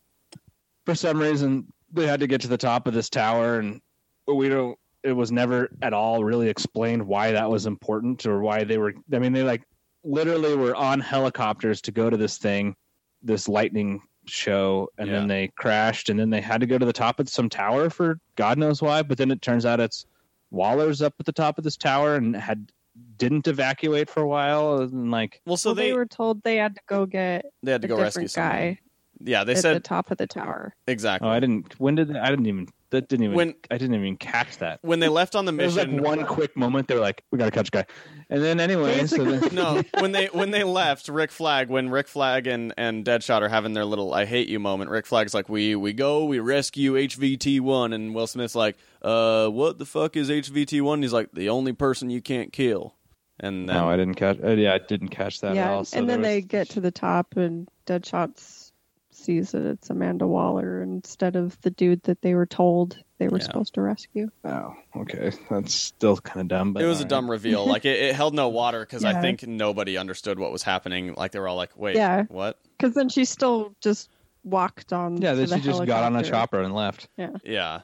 D: for some reason they had to get to the top of this tower, and we don't. It was never at all really explained why that was important or why they were. I mean, they like literally were on helicopters to go to this thing, this lightning show, and
C: Yeah.
D: then they crashed, and then they had to go to the top of some tower for God knows why. But then it turns out it's Waller's up at the top of this tower and had didn't evacuate for a while, and like
C: Well, so
A: So
C: they
A: they were told they had to go get
C: they had to
A: a
C: go rescue
A: different
C: someone.
A: guy
C: Yeah, they
A: at the
C: said
A: top of the tower.
C: exactly
D: oh, I didn't. When did I didn't even that didn't even
C: When-
D: I didn't even catch that.
C: when they left on the
D: It was like
C: mission.
D: one quick moment. They were like, "We gotta catch guy," and then anyway, so then,
C: no, when they when they left, Rick Flag, when Rick Flag and and Deadshot are having their little "I hate you" moment, Rick Flag's like, "We we go, we rescue HVT one," and Will Smith's like, "Uh, what the fuck is HVT one?" He's like, "The only person you can't kill." And then,
D: no, I didn't catch. uh, yeah, I didn't catch that at
A: yeah,
D: all.
A: and-
D: So
A: and
D: there
A: then
D: was-
A: they get to the top, and Deadshot s- sees that it's Amanda Waller instead of the dude that they were told they were
C: Yeah.
A: supposed to rescue.
D: Oh, okay. That's still kind of dumb. But
C: it was a
D: alright.
C: dumb reveal. Like it, it held no water because I
A: Yeah.
C: think nobody understood what was happening. Like they were all like, "Wait,
A: Yeah.
C: what?"
A: Because then she still just walked on.
D: Yeah,
A: to
D: they
A: the
D: she just got on a
A: helicopter.
D: chopper and left.
C: Yeah.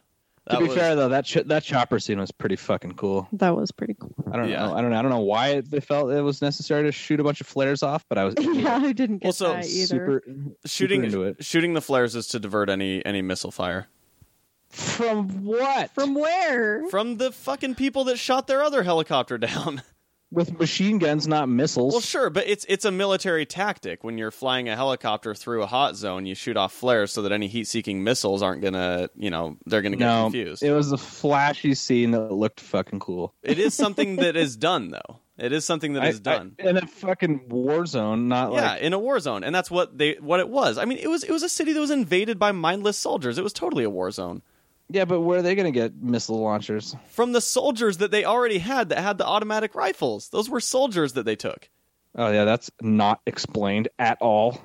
D: to
C: That
D: be
C: was-
D: fair though, that ch- that chopper scene was pretty fucking cool.
A: That was pretty cool.
D: I don't
C: Yeah.
D: know. I don't know. I don't know why it- they felt it was necessary to shoot a bunch of flares off, but I was
A: yeah, I didn't get
C: Well, so
A: that either.
D: super
C: shooting
D: into it.
C: shooting the flares is to divert any any missile fire
D: from what
A: From where?
C: from the fucking people that shot their other helicopter down.
D: with machine guns, not
C: Well,
D: missiles.
C: sure, but it's it's a military tactic. When you're flying a helicopter through a hot zone, you shoot off flares so that any heat-seeking missiles aren't gonna, you know, they're gonna get
D: no,
C: confused.
D: it was a flashy scene that looked fucking cool.
C: it is something that is done, though. It is something that is
D: I- I-
C: done.
D: in a fucking war zone, not
C: yeah,
D: like
C: in a war zone, and that's what they what it was. I mean, it was it was a city that was invaded by mindless soldiers. It was totally a war zone
D: yeah. But where are they gonna get missile launchers?
C: from the soldiers that they already had that had the automatic rifles. Those were soldiers that they took.
D: Oh yeah, that's not explained at all.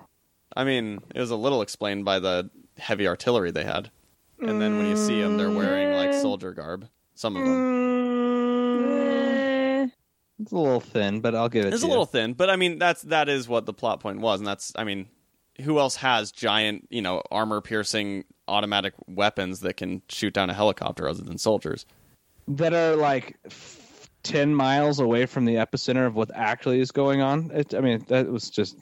C: I mean, it was a little explained by the heavy artillery they had, and then when you see them, they're wearing like
D: Mm.
C: soldier garb. Some of them.
A: Eh,
D: It's a little thin, but I'll give it.
C: It's
D: to
C: a
D: you.
C: little thin, but I mean that's that is what the plot point was, and that's I mean, who else has giant you know armor piercing automatic weapons that can shoot down a helicopter other than soldiers?
D: that are like f- 10 miles away from the epicenter of what actually is going on. It, I mean, that was just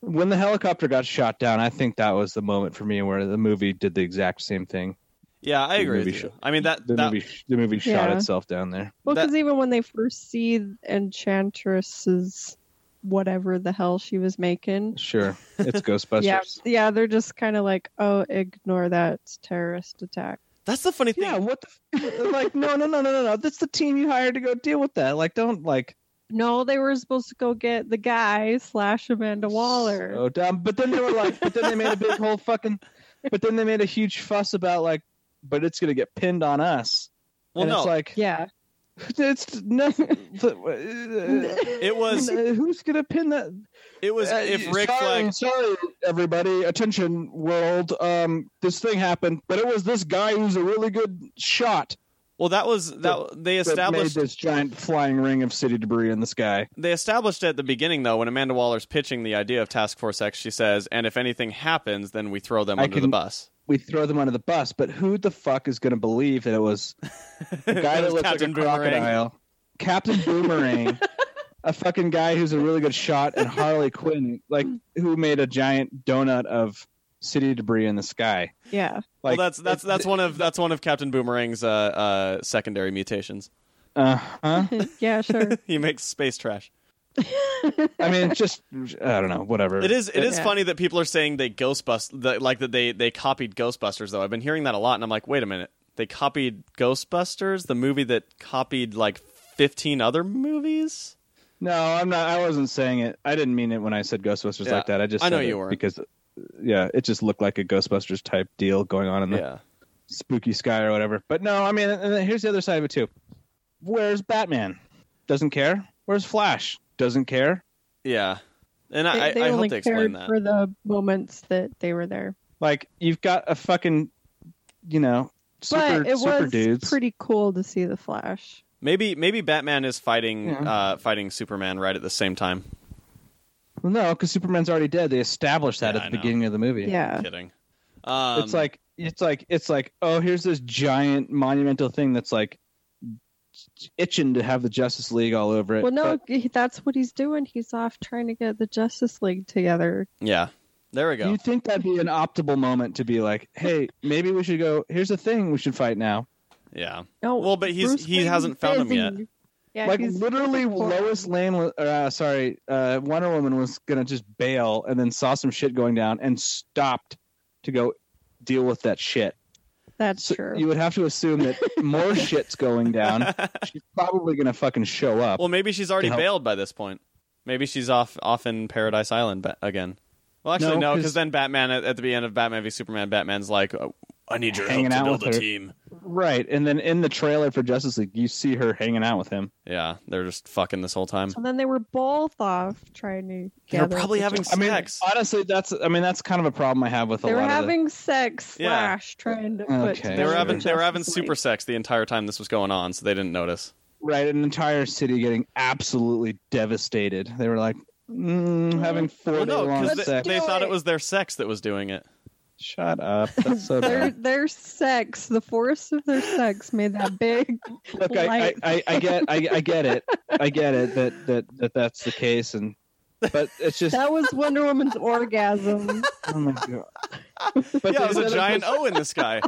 D: when the helicopter got shot down. I think that was the moment for me where the movie did the exact same thing.
C: Yeah, I
D: The
C: agree.
D: movie
C: With you.
D: shot-
C: I mean that
D: The
C: that
D: movie, the movie shot
A: Yeah.
D: itself down there.
A: Well,
C: That-
A: because even when they first see Enchantress's whatever the hell she was making,
D: Sure, it's Ghostbusters.
A: yeah, yeah, they're just kind of like, oh, ignore that it's terrorist attack.
C: that's the funny thing.
D: Yeah, what the f- like? No, no, no, no, no, no. That's the team you hired to go deal with that. Like, don't like
A: No, they were supposed to go get the guy slash Amanda Waller.
C: Oh.
D: so dumb. But then they were like, but then they made a big whole fucking. But then they made a huge fuss about like, but it's gonna get pinned on us.
C: well,
D: and
C: no,
D: it's like,
A: yeah,
D: It's no. uh,
C: it was
D: who's gonna pin that?
C: it was
D: Uh,
C: if Rick
D: sorry,
C: Flag.
D: Sorry, everybody. Attention, world. Um, this thing happened, but it was this guy who's a really good shot
C: Well, that was that they
D: that made
C: established
D: this giant flying ring of city debris in the sky.
C: They established at the beginning, though, when Amanda Waller's pitching the idea of Task Force X, she says, "And if anything happens, then we throw them
D: I
C: under the
D: can-
C: bus."
D: We throw them under the bus, but who the fuck is gonna believe that it was a guy
C: It was
D: that looks
C: Captain
D: like a
C: Boomerang.
D: crocodile, Captain Boomerang, a fucking guy who's a really good shot, and Harley Quinn, like who made a giant donut of city debris in the sky.
A: yeah.
D: Like
C: well, that's that's that's one of that's one of Captain Boomerang's uh, uh, secondary mutations.
D: Uh huh.
A: yeah, sure.
C: he makes space trash.
D: I mean, it's just I don't know. Whatever.
C: It is it is
A: Yeah.
C: funny that people are saying they Ghostbust that, like that they they copied Ghostbusters though. I've been hearing that a lot, and I'm like, wait a minute, they copied Ghostbusters, the movie that copied like 15 other movies.
D: No, I'm not. I wasn't saying it. I didn't mean it when I said Ghostbusters
C: Yeah,
D: like that. I just
C: I know
D: said
C: you
D: it
C: weren't.
D: because yeah, it just looked like a Ghostbusters type deal going on in the
C: Yeah,
D: spooky sky or whatever. But no, I mean, and then here's the other side of it too. Where's Batman? Doesn't care. Where's Flash? Doesn't care.
C: Yeah, and I,
A: they
C: I, I
A: only
C: hope they explain
A: cared
C: that.
A: for the moments that they were there.
D: Like you've got a fucking, you know, super
A: but it
D: super
A: was
D: dudes.
A: pretty cool to see the Flash.
C: Maybe maybe Batman is fighting
D: Yeah.
C: uh, fighting Superman right at the same time.
D: Well, no, because Superman's already dead. They established that
C: Yeah, I
D: at the
C: know.
D: beginning of the movie.
A: Yeah,
C: Kidding. Um,
D: it's like it's like it's like oh, here's this giant monumental thing that's like itching to have the Justice League all over it.
A: Well, no,
D: but
A: he- that's what he's doing. He's off trying to get the Justice League together.
C: yeah, there we go.
D: you'd think that'd be an optimal moment to be like, hey, maybe we should go. Here's the thing we should fight now.
C: yeah,
A: No,
C: Well, but he's-
A: Bruce
C: he
A: Wayne's
C: hasn't found him
A: busy.
C: yet.
A: Yeah,
D: like
A: he's-
D: literally,
A: he's-
D: Lois Lane was or, uh, sorry, uh, Wonder Woman was gonna just bail and then saw some shit going down and stopped to go deal with that shit.
A: That's
D: So
A: true.
D: you would have to assume that more shit's going down. She's probably gonna fucking show up.
C: Well, maybe she's already
D: To help.
C: bailed by this point. Maybe she's off off in Paradise Island ba- again. Well, actually,
D: No,
C: no, because
D: 'cause-
C: then Batman at, at the end of Batman v Superman, Batman's like, "Oh, "I need your help
D: Hanging
C: to
D: out
C: build a
D: with her.
C: team."
D: Right, and then in the trailer for Justice League, you see her hanging out with him.
C: Yeah, they're just fucking this whole time.
A: so then they were both off trying to.
C: They're
A: gather
C: probably
A: the
C: having
A: Justice-
D: I mean,
C: Sex.
D: honestly, that's I mean that's kind of a problem I have with a
A: They were
D: lot of. the-
A: having sex
C: Yeah.
A: slash trying to put.
D: Okay.
A: together
C: They were
A: the
C: having they were having
A: Justice
C: super
A: League.
C: sex the entire time this was going on, so they didn't notice.
D: right an entire city getting absolutely devastated they were like mm, having four
C: Well,
D: day
C: no,
D: long
C: because
A: Let's
C: they,
D: sex
C: they
A: do
C: thought it
A: it.
C: was their sex that was doing it.
D: shut up that's so
A: Their
D: bad
A: their sex, the force of their sex, made that big.
D: look I, I, I, I get I, I get it i get it that, that that that's the case and but it's just
A: That was Wonder Woman's orgasm.
D: oh my god but,
C: yeah, it
D: then-
C: was a giant O in the sky.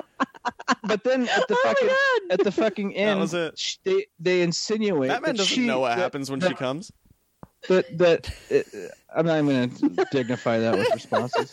D: but then at the
A: oh
D: fucking
A: my god!
D: at the fucking end
C: was it.
D: sh- they they insinuate
C: Batman
D: that
C: doesn't
D: she-
C: know what
D: that-
C: happens when she
D: that-
C: comes.
D: that, that, uh, i'm not even gonna dignify that with responses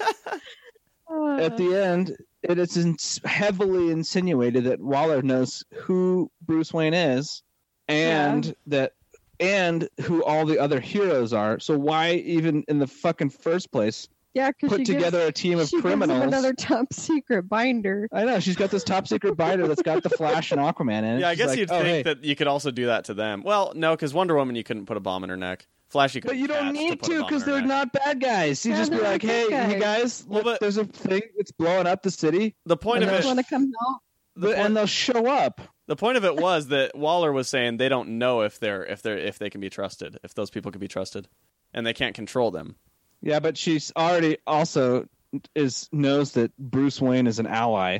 D: at the end, it is ins- heavily insinuated that Waller knows who Bruce Wayne is, and that and who all the other heroes are. So why even in the fucking first place
A: yeah, because
D: put
A: she
D: together a team
A: gives,
D: of
A: she gives him
D: criminals?
A: another top secret binder.
D: I know she's got this top secret binder that's got the Flash and Aquaman in it.
C: Yeah, I
D: She's
C: guess
D: like,
C: you'd
D: "Oh,
C: think
D: hey."
C: that you could also do that to them. Well, no, because Wonder Woman, you couldn't put a bomb in her neck. Flash, you could.
D: But you don't need to because
C: because
D: they're not bad guys. You
A: Yeah,
D: just be
A: they're
D: like,
A: not
D: hey,
A: bad
D: hey guys,
C: Well,
D: look,
C: but-
D: there's a thing that's blowing up the city,
C: The point
A: You
C: of
D: And
C: it,
A: guys want to come help?
C: the point-
D: and they'll show up.
C: the point of it was that Waller was saying they don't know if they're if they're if they can be trusted, if those people can be trusted, and they can't control them.
D: Yeah, but she's already also is knows that Bruce Wayne is an ally.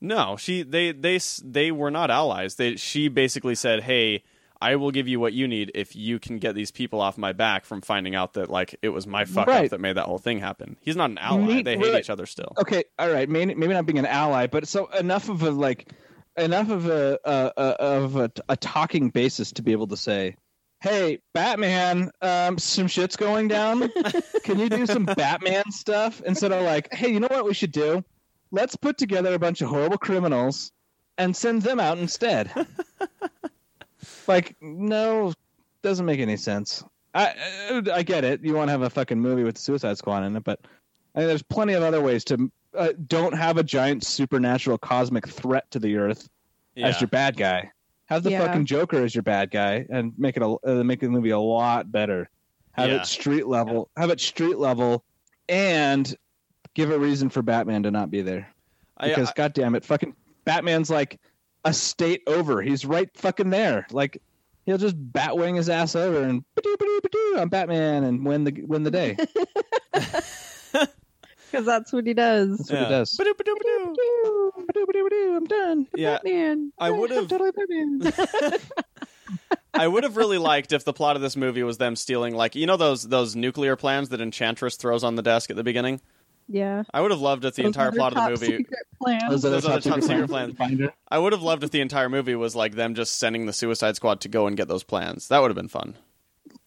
C: No, she they they s- they were not allies. They she basically said, "Hey, I will give you what you need if you can get these people off my back from finding out that like it was my fuck up
D: Right.
C: that made that whole thing happen." He's not an ally.
D: Neat,
C: they hate
D: right.
C: each other still.
D: Okay, all right, maybe, maybe not being an ally, but so enough of a like enough of a, a, a of a, a talking basis to be able to say, "Hey, Batman, um, some shit's going down. Can you do some Batman stuff?" Instead of like, "Hey, you know what we should do? Let's put together a bunch of horrible criminals and send them out instead." like, no, doesn't make any sense. I I get it. You want to have a fucking movie with Suicide Squad in it, but I mean, there's plenty of other ways to uh, don't have a giant supernatural cosmic threat to the Earth
C: Yeah.
D: as your bad guy. Have the
A: Yeah.
D: fucking Joker as your bad guy and make it a, uh, make the movie a lot better. Have
C: Yeah.
D: it street level. Have it street level, and give a reason for Batman to not be there.
C: I-
D: Because goddamn it, fucking Batman's like a state over. He's right fucking there. Like he'll just batwing his ass over and ba-doo, ba-doo, ba-doo, I'm Batman and win the win the day.
A: Because that's what he does.
D: That's what
C: Yeah.
D: it does.
C: Ba-do-ba-do-ba-do.
D: I'm done.
C: Yeah.
A: Batman.
C: I would've-
A: I'm totally Batman.
C: I would have really liked if the plot of this movie was them stealing, like you know those those nuclear plans that Enchantress throws on the desk at the beginning.
A: yeah.
C: I would have loved if the
A: Those
C: entire
A: other
C: plot of the
A: top
C: movie.
A: secret plans.
D: Those other
C: Those
D: top
C: other top
D: secret
C: secret
D: plans.
C: plans. I would have loved if the entire movie was like them just sending the Suicide Squad to go and get those plans. That would have been fun.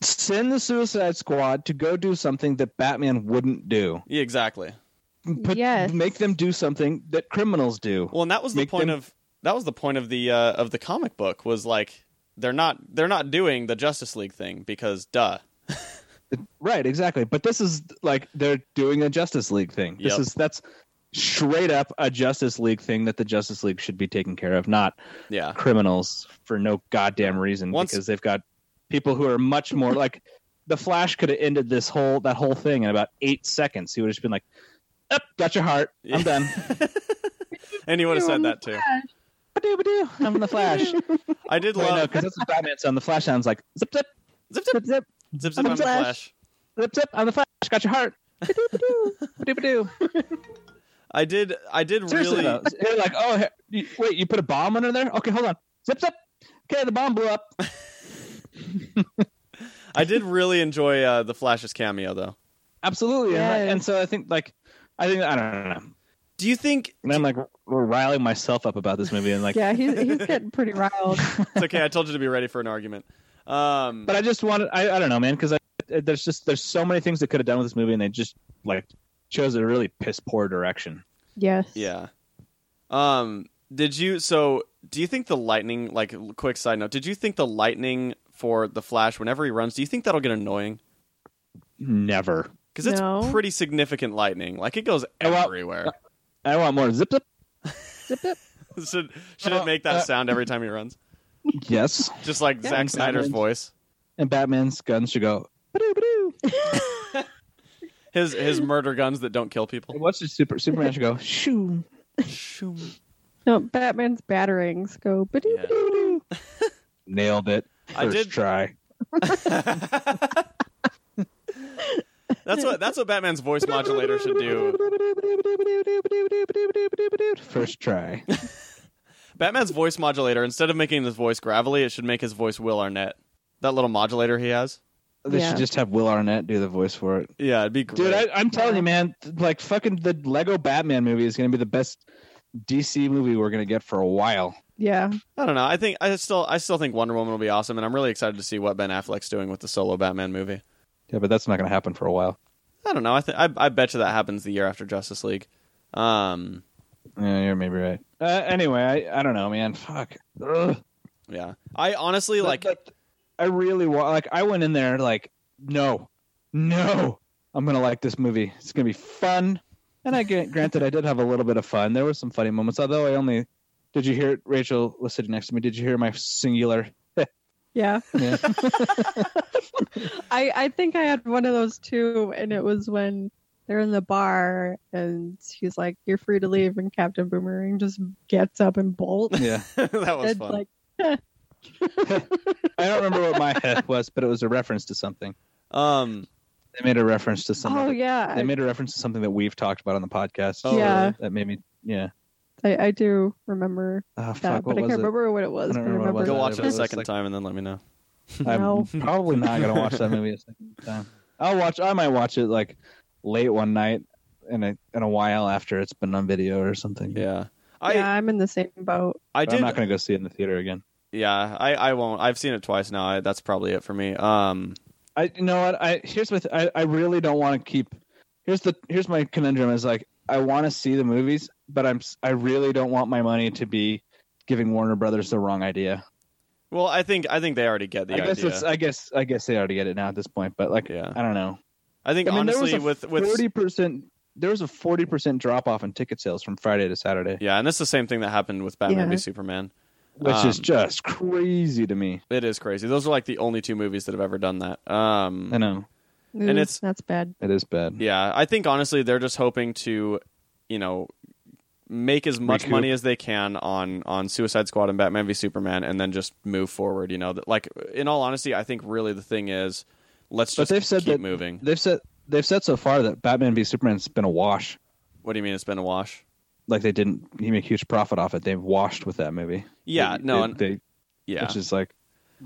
D: Send the Suicide Squad to go do something that Batman wouldn't do.
C: Yeah, exactly.
D: Put,
A: Yes.
D: Make them do something that criminals do.
C: Well, and that was the
D: Make
C: point
D: them-
C: of that was the point of the uh, of the comic book was like they're not they're not doing the Justice League thing because duh.
D: Right, exactly. But this is like they're doing a Justice League thing. This
C: Yep.
D: is that's straight up a Justice League thing that the Justice League should be taking care of, not
C: Yeah.
D: criminals for no goddamn reason
C: Once-
D: because they've got people who are much more like the Flash could have ended this whole that whole thing in about eight seconds. He would have just been like, "Up, got your heart. I'm done.
C: And you would have said that too.
D: Ba-doo-ba-doo. I'm the Flash." Wait,
C: I did
D: no,
C: love
D: because that's what Batman sound. The Flash sounds like zip zip
C: zip zip
D: zip zip
C: zip zip.
D: I'm
C: I'm
D: a
C: the
D: Flash.
C: Flash.
D: zip zip. I'm the Flash. Got your heart. Ba-doo-ba-doo.
C: I did. I did
D: Seriously,
C: really.
D: though. They're like, "Oh, he- you- wait, you put a bomb under there? Okay, hold on. Zip zip. Okay, the bomb blew up.
C: I did really enjoy uh, the Flash's cameo though.
D: Absolutely. And I-
A: Yes.
D: And so I think like I think I don't know.
C: Do you think
D: And I'm like riling myself up about this movie, and like,
A: yeah, he's, he's getting pretty riled.
C: it's okay? I told you to be ready for an argument. Um,
D: but I just wanted, I, I don't know, man, because there's just there's so many things they could have done with this movie, and they just like chose a really piss poor direction.
A: Yes.
C: Yeah. Um. Did you? So, do you think the lightning? Like, l- quick side note. Did you think the lightning for the Flash, whenever he runs, do you think that'll get annoying?
D: Never.
C: Because it's
A: No.
C: pretty significant lightning. Like, it goes
D: I want-
C: everywhere.
D: I want more zip zip.
C: should should
D: Well,
C: it make
D: uh,
C: that sound every time he runs?
D: Yes.
C: Just like
D: yeah,
C: Zack
D: and
C: Snyder's
D: Batman's-
C: voice.
D: And Batman's guns should go. "Ba-doo, ba-doo."
C: His his murder guns that don't kill people.
D: And What's the super Superman should go? Shoo.
A: No, Batman's batterings go. ba-doo,
C: Yeah.
A: ba-doo, ba-doo.
D: Nailed it. First
C: I did-
D: try.
C: that's what that's what Batman's voice modulator should do.
D: First try.
C: Batman's voice modulator, instead of making his voice gravelly, it should make his voice Will Arnett. That little modulator he has.
D: They
A: Yeah.
D: should just have Will Arnett do the voice for it.
C: Yeah, it'd be great.
D: Dude, I, I'm telling you, man, th- like fucking the Lego Batman movie is gonna be the best DC movie we're gonna get for a while.
A: Yeah.
C: I don't know. I think I still I still think Wonder Woman will be awesome, and I'm really excited to see what Ben Affleck's doing with the solo Batman movie.
D: Yeah, but that's not gonna happen for a while.
C: I don't know. I think I I bet you that happens the year after Justice League. Um,
D: Yeah, you're maybe right. Uh, anyway, I, I don't know, man. Fuck. Ugh.
C: yeah. I honestly like.
D: But- but I really want. Like, I went in there like, no, no, I'm gonna like this movie. It's gonna be fun. And I get, granted, I did have a little bit of fun. There were some funny moments, although I only. Did you hear Rachel was sitting next to me? Did you hear my singular?
A: Yeah.
D: Yeah.
A: I, I think I had one of those too, and it was when they're in the bar and he's like, You're free to leave, and Captain Boomerang just gets up and bolts.
D: yeah.
C: that was
A: It's
C: fun.
A: like,
D: I don't remember what my head was, but it was a reference to something.
C: um,
D: They made a reference to something.
A: oh, yeah.
D: They made a reference to something that we've talked about on the podcast.
C: Oh,
A: Yeah. really?
D: That made me, yeah.
A: I, I do remember
D: Oh,
A: that,
D: fuck,
A: but
D: what
A: I
D: was
A: can't
D: it?
A: remember what it was. But I
D: I don't remember
A: remember
D: what
C: go
D: that
C: watch it a
D: was
C: second
D: like-
C: time and then let me know.
D: I'm
A: No.
D: probably not gonna watch that movie a second time. I'll watch. I might watch it like late one night in a in a while after it's been on video or something.
C: Yeah. I
A: yeah, I'm in the same boat.
C: I
D: But
C: did.
D: I'm not gonna go see it in the theater again.
C: Yeah, I, I won't. I've seen it twice now. I, that's probably it for me. Um,
D: I you know what I here's with I, I really don't want to keep here's the here's my conundrum is like I want to see the movies but I'm s- I really don't want my money to be giving Warner Brothers the wrong idea.
C: well, I think I think they already get the
D: I guess
C: idea.
D: it's I guess I guess they already get it now at this point but like
C: Yeah.
D: I don't know.
C: I think
D: I mean, there was
C: honestly,
D: a
C: with with
D: 40% there was a 40% drop off in ticket sales from Friday to Saturday,
C: yeah, and that's the same thing that happened with Batman
A: Yeah.
C: v Superman.
D: which is
C: Um,
D: just crazy to me.
C: It is crazy. Those are like the only two movies that have ever done that. Um,
D: I know.
A: Ooh,
C: it's-
A: that's bad.
D: It is bad.
C: yeah, I think honestly they're just hoping to, you know, make as much
D: Recoup.
C: money as they can on on Suicide Squad and Batman v Superman, and then just move forward. You know, that like in all honesty, I think really the thing is let's
D: But
C: just
D: they've said
C: keep
D: that-
C: moving.
D: They've said they've said so far that Batman v Superman's been a wash.
C: What do you mean it's been a wash?
D: like they didn't he make huge profit off it. They washed with that movie.
C: Yeah,
D: They-
C: no,
D: they-
C: and-
D: they-
C: Yeah,
D: which is like,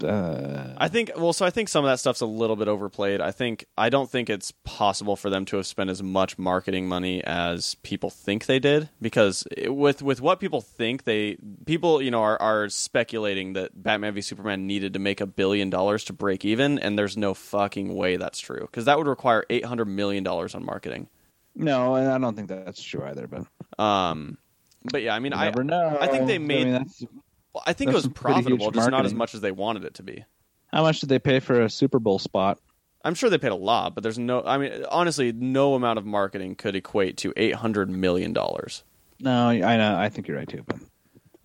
D: uh,
C: I think well, so I think some of that stuff's a little bit overplayed. I think I don't think it's possible for them to have spent as much marketing money as people think they did because it, with with what people think they people you know are are speculating that Batman v Superman needed to make a billion dollars to break even, and there's no fucking way that's true because that would require eight hundred million dollars on marketing.
D: no, and I don't think that's true either. But
C: Um, but yeah, I mean,
D: you
C: I
D: never know.
C: I think they
D: I
C: made-
D: mean, that's-
C: I think it
D: that's
C: was
D: some pretty huge
C: profitable, just not as
D: marketing.
C: much as they wanted it to be.
D: how much did they pay for a Super Bowl spot?
C: I'm sure they paid a lot, but there's no. I mean, honestly, no amount of marketing could equate to eight hundred million dollars.
D: No, I know. I think you're right too. But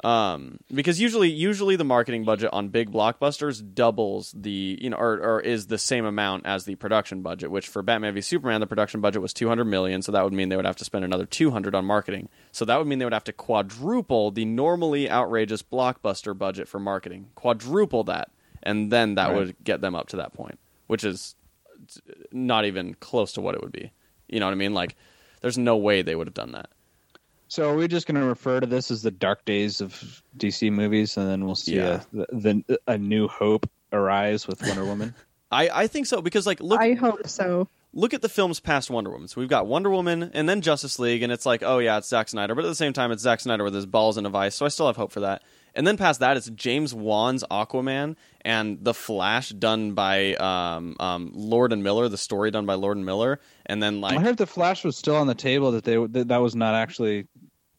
C: Um, because usually, usually the marketing budget on big blockbusters doubles the you know, or, or is the same amount as the production budget. Which for Batman v Superman, the production budget was two hundred million, so that would mean they would have to spend another two hundred on marketing. So that would mean they would have to quadruple the normally outrageous blockbuster budget for marketing, quadruple that, and then that
D: Right.
C: would get them up to that point, which is not even close to what it would be. You know what I mean? Like, there's no way they would have done that.
D: so are we just going to refer to this as the dark days of DC movies, and then we'll see
C: Yeah.
D: a, the, a new hope arise with Wonder Woman.
C: I, I think so because like look
A: I hope so.
C: look at the films past Wonder Woman. So we've got Wonder Woman and then Justice League, and it's like, oh yeah, it's Zack Snyder, but at the same time, it's Zack Snyder with his balls in a vice. So I still have hope for that. And then past that, it's James Wan's Aquaman and The Flash, done by um, um, Lord and Miller. The story done by Lord and Miller, and then
D: I
C: like
D: heard the Flash was still on the table that they that, that was not actually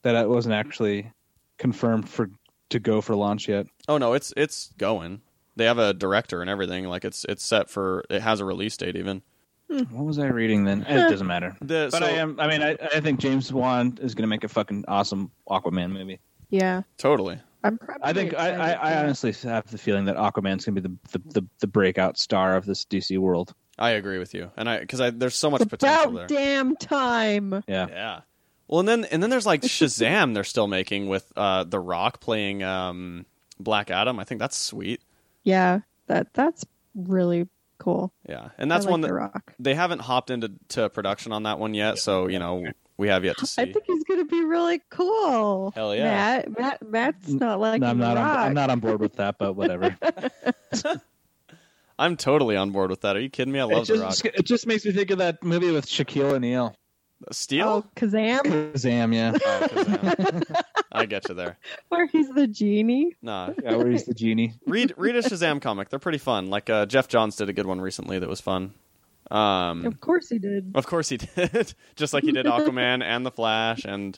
D: that it wasn't actually confirmed for to go for launch yet.
C: oh no, it's it's going. They have a director and everything. Like it's it's set for it has a release date even.
D: What was I reading then? It doesn't matter.
C: The-
D: But
C: so-
D: I am. I mean, I, I think James Wan is going to make a fucking awesome Aquaman movie.
A: Yeah,
C: Totally.
A: I'm probably.
D: I think I, I,
A: excited
D: I
A: for that.
D: honestly have the feeling that Aquaman's going to be the, the, the, the breakout star of this DC world.
C: I agree with you, and I because I there's so much
A: It's
C: potential
A: about
C: there.
A: damn time.
D: Yeah.
C: Yeah. Well, and then and then there's like Shazam they're still making with uh The Rock playing um Black Adam. I think that's sweet.
A: Yeah, that that's really cool.
C: Yeah. And
A: I
C: that's
A: like
C: one
A: The
C: that
A: Rock.
C: they haven't hopped into to production on that one yet, so you know, we have yet to see.
A: I think he's gonna be really cool.
C: Hell yeah.
A: Matt. Matt Matt's not like
D: No, I'm not.
A: The
D: On,
A: Rock.
D: I'm not on board with that, but whatever.
C: I'm totally on board with that. Are you kidding me? I
D: it
C: love The Rock.
D: just it just makes me think of that movie with Shaquille O'Neal.
A: Oh,
C: Steel?
A: Kazam,
D: Shazam, yeah.
C: Oh, Shazam. I get you there.
A: where he's the genie.
C: Nah.
D: yeah, where he's the genie.
C: Read read a Shazam comic. They're pretty fun. Like uh, Jeff Johns did a good one recently that was fun. Um
A: Of course he did.
D: Oh,
C: Of course he did. Just like he did Aquaman and The Flash and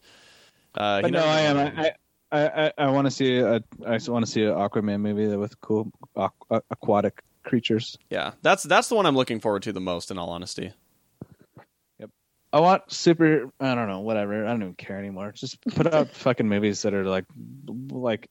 C: uh,
D: But
C: he
D: no,
C: never-
D: I am. I I, I, I want to see a I want to see an Aquaman movie that with cool aqu- uh, aquatic creatures.
C: Yeah, that's that's the one I'm looking forward to the most. In all honesty,
D: I want super. I don't know. Whatever. I don't even care anymore. Just put out fucking movies that are like like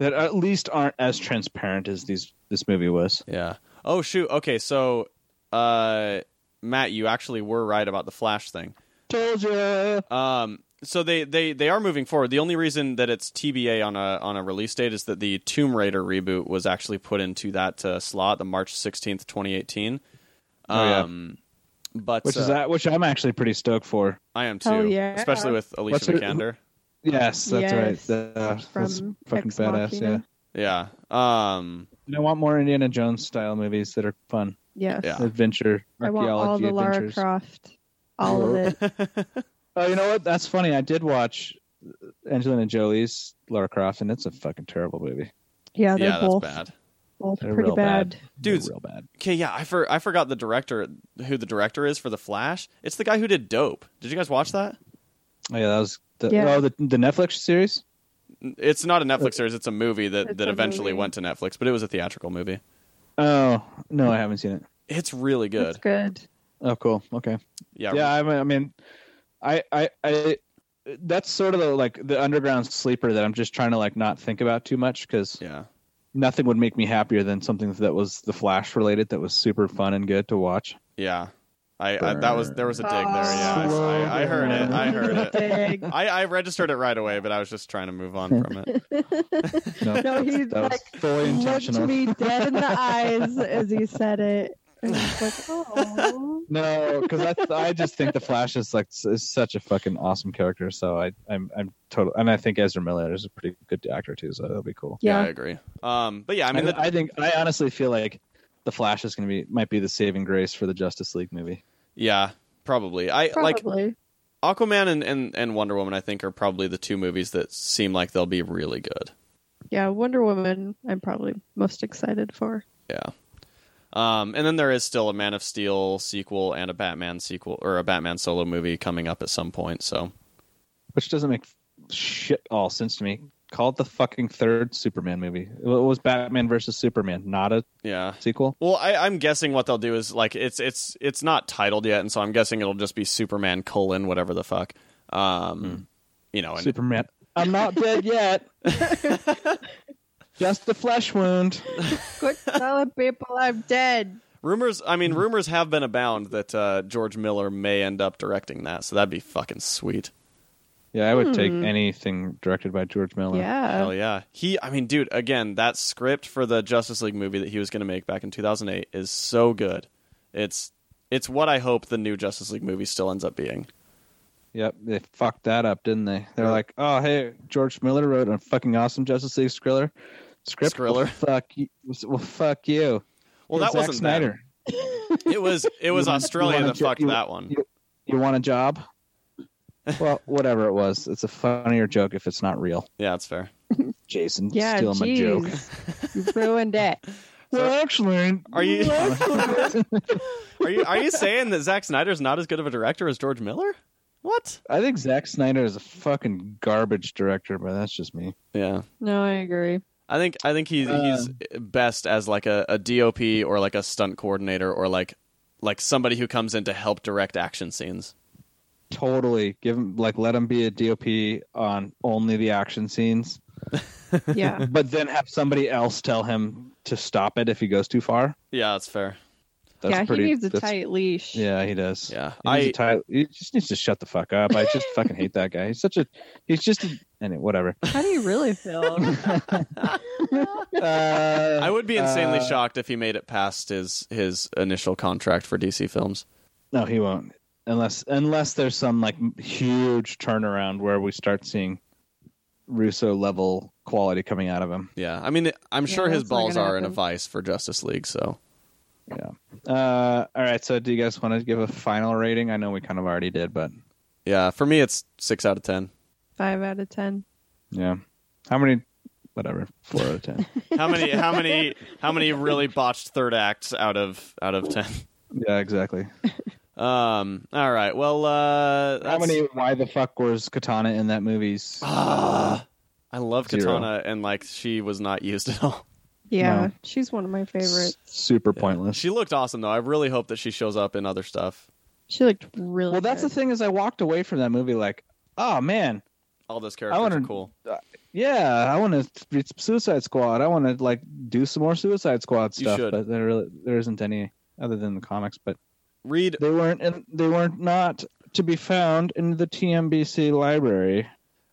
D: that at least aren't as transparent as these this movie was.
C: yeah. Oh shoot. Okay, so uh, Matt, you actually were right about the Flash thing.
D: Told you.
C: Um, so they, they they are moving forward. The only reason that it's TBA on a on a release date is that the Tomb Raider reboot was actually put into that uh, slot, the March sixteenth, twenty eighteen.
D: Oh, yeah.
C: Um, but
D: Which is
C: uh,
D: that? Which I'm actually pretty stoked for.
C: I am
A: Hell
C: too,
A: yeah.
C: especially with Alicia
D: What's her-
C: Vikander.
D: Yes, that's
A: Yes,
D: right. Uh, that's
A: from
D: fucking
A: Ex
D: badass.
A: Machina.
D: Yeah.
C: Yeah. Um.
D: And I want more Indiana Jones style movies that are fun,
A: Yes.
C: Yeah.
D: adventure,
A: I want
D: archaeology
A: all the Lara
D: adventures.
A: Croft. All of it.
D: Oh, you know what? That's funny. I did watch Angelina Jolie's Lara Croft, and it's a fucking terrible movie.
A: Yeah, they're
C: yeah, that's
A: both,
C: bad.
A: both
D: They're
A: pretty
D: real bad.
A: bad.
D: They're
C: Dudes.
D: real bad.
C: Okay, yeah, I for, I forgot the director who the director is for the Flash. It's the guy who did Dope. Did you guys watch that?
D: Oh, yeah, that was the,
A: Yeah.
D: oh, the, the Netflix series.
C: N- It's not a Netflix series. It's a movie that,
A: It's
C: that
A: a
C: eventually
A: movie.
C: went to Netflix, but it was a theatrical movie.
D: Oh no, I haven't seen it.
C: It's really good.
A: That's good.
D: Oh, cool. Okay.
C: Yeah,
D: yeah, I mean, I mean, I, I, I, that's sort of the like the underground sleeper that I'm just trying to like not think about too much because
C: yeah,
D: nothing would make me happier than something that was the Flash related that was super fun and good to watch.
C: yeah. I, I that was there was a dig there. Yeah,
D: Slow
C: I, I, I heard it. I heard it.
A: Big.
C: I, I registered it right away, but I was just trying to move on from it.
D: No,
A: No, he,
D: that was
A: like,
D: fully
A: Looked
D: intentional.
A: me dead in the eyes as he said it. And I was like, oh.
D: No, because I, I just think the Flash is like s- is such a fucking awesome character. So I I'm I'm total and I think Ezra Miller is a pretty good actor too. So that'll be cool.
C: Yeah,
A: Yeah.
C: I agree. Um, but yeah, I
D: I
C: mean,
D: mean,
C: the,
D: I, think I honestly feel like the Flash is going to be might be the saving grace for the Justice League movie.
C: yeah, probably. I like
A: Probably.
C: Aquaman and, and and Wonder Woman. I think are probably the two movies that seem like they'll be really good.
A: yeah, Wonder Woman, I'm probably most excited for.
C: Yeah. Um, and then there is still a Man of Steel sequel and a Batman sequel or a Batman solo movie coming up at some point. So
D: Which doesn't make shit all sense to me Call it the fucking third Superman movie. It was Batman versus Superman, not a
C: Yeah.
D: sequel.
C: Well, I, I'm guessing what they'll do is like it's it's it's not titled yet, and so I'm guessing it'll just be Superman colon whatever the fuck. Um, you know, and
D: Superman. I'm not dead yet. Just a flesh wound.
A: Quit telling people I'm dead.
C: rumors. I mean, rumors have been abound that uh, George Miller may end up directing that, so that'd be fucking sweet.
D: Yeah, I would take anything directed by George Miller.
A: Hmm. Yeah.
C: Hell yeah. He, I mean, dude, again, that script for the Justice League movie that he was going to make back in 2008 is so good. It's it's what I hope the new Justice League movie still ends up being.
D: Yep, they fucked that up, didn't they? They're like, oh hey, George Miller wrote a fucking awesome Justice League Skriller. Script.
C: Skriller.
D: Well, fuck you. Well, fuck you. You're
C: Well, that
D: Zack
C: wasn't that.
D: Snyder.
C: It was it was
D: You wanna-
C: Australia
D: you wanna
C: that
D: ju-
C: fucked
D: you-
C: that one.
D: You, you want a job? well, whatever it was, it's a funnier joke if it's not real.
C: Yeah, that's fair.
D: Jason,
A: Yeah.
D: steal my joke.
A: jeez. you ruined it.
D: Well, actually,
C: Are you are you are you saying that Zack Snyder's not as good of a director as George Miller? What?
D: I think Zack Snyder is a fucking garbage director, but that's just me.
C: Yeah.
A: No, I agree.
C: I think I think he's
D: Uh.
C: he's best as like a, a DOP or like a stunt coordinator or like like somebody who comes in to help direct action scenes.
D: Totally give him like let him be a DOP on only the action scenes,
A: Yeah.
D: but then have somebody else tell him to stop it if he goes too far.
C: Yeah, that's fair.
D: That's
A: yeah,
D: pretty,
A: he needs a
D: that's-
A: tight leash.
D: Yeah, he does.
C: Yeah.
D: he, needs
C: I-
D: a tight, he just needs to shut the fuck up. I just fucking hate that guy. He's such a he's just a, anyway, whatever.
A: How do you really feel?
D: Uh,
C: I would be insanely
D: uh,
C: shocked if he made it past his his initial contract for DC Films.
D: No, he won't. Unless unless there's some like m- huge turnaround where we start seeing Russo level quality coming out of him.
C: Yeah, I mean, I'm
A: Yeah,
C: sure his
A: that's not
C: balls
A: gonna
C: are in a
A: happen.
C: vice for Justice League. So
D: Uh, all right. So, do you guys want to give a final rating? I know we kind of already did, but
C: yeah, for me, it's six out of ten.
A: Five out of ten.
D: yeah. How many? Whatever. Four out of ten.
C: How many? How many? How many really botched third acts out of out of ten?
D: yeah, exactly.
C: Um. All right. Well. Uh,
D: How
C: that's-
D: many? Why the fuck was Katana in that movie's?
C: Ah, I love
D: Zero.
C: Katana, and like she was not used at all.
A: Yeah,
D: No.
A: she's one of my favorites.
D: Super pointless.
C: She looked awesome though. I really hope that she shows up in other stuff.
A: She looked really.
D: well, that's the
A: good.
D: thing is, I walked away from that movie like, oh man,
C: All those characters
D: wanna-
C: are cool.
D: yeah, I want to read Suicide Squad. I want to like do some more Suicide Squad
C: You
D: stuff,
C: should.
D: but there really there isn't any other than the comics. But
C: Read
D: they weren't and they weren't not to be found in the TMBC library.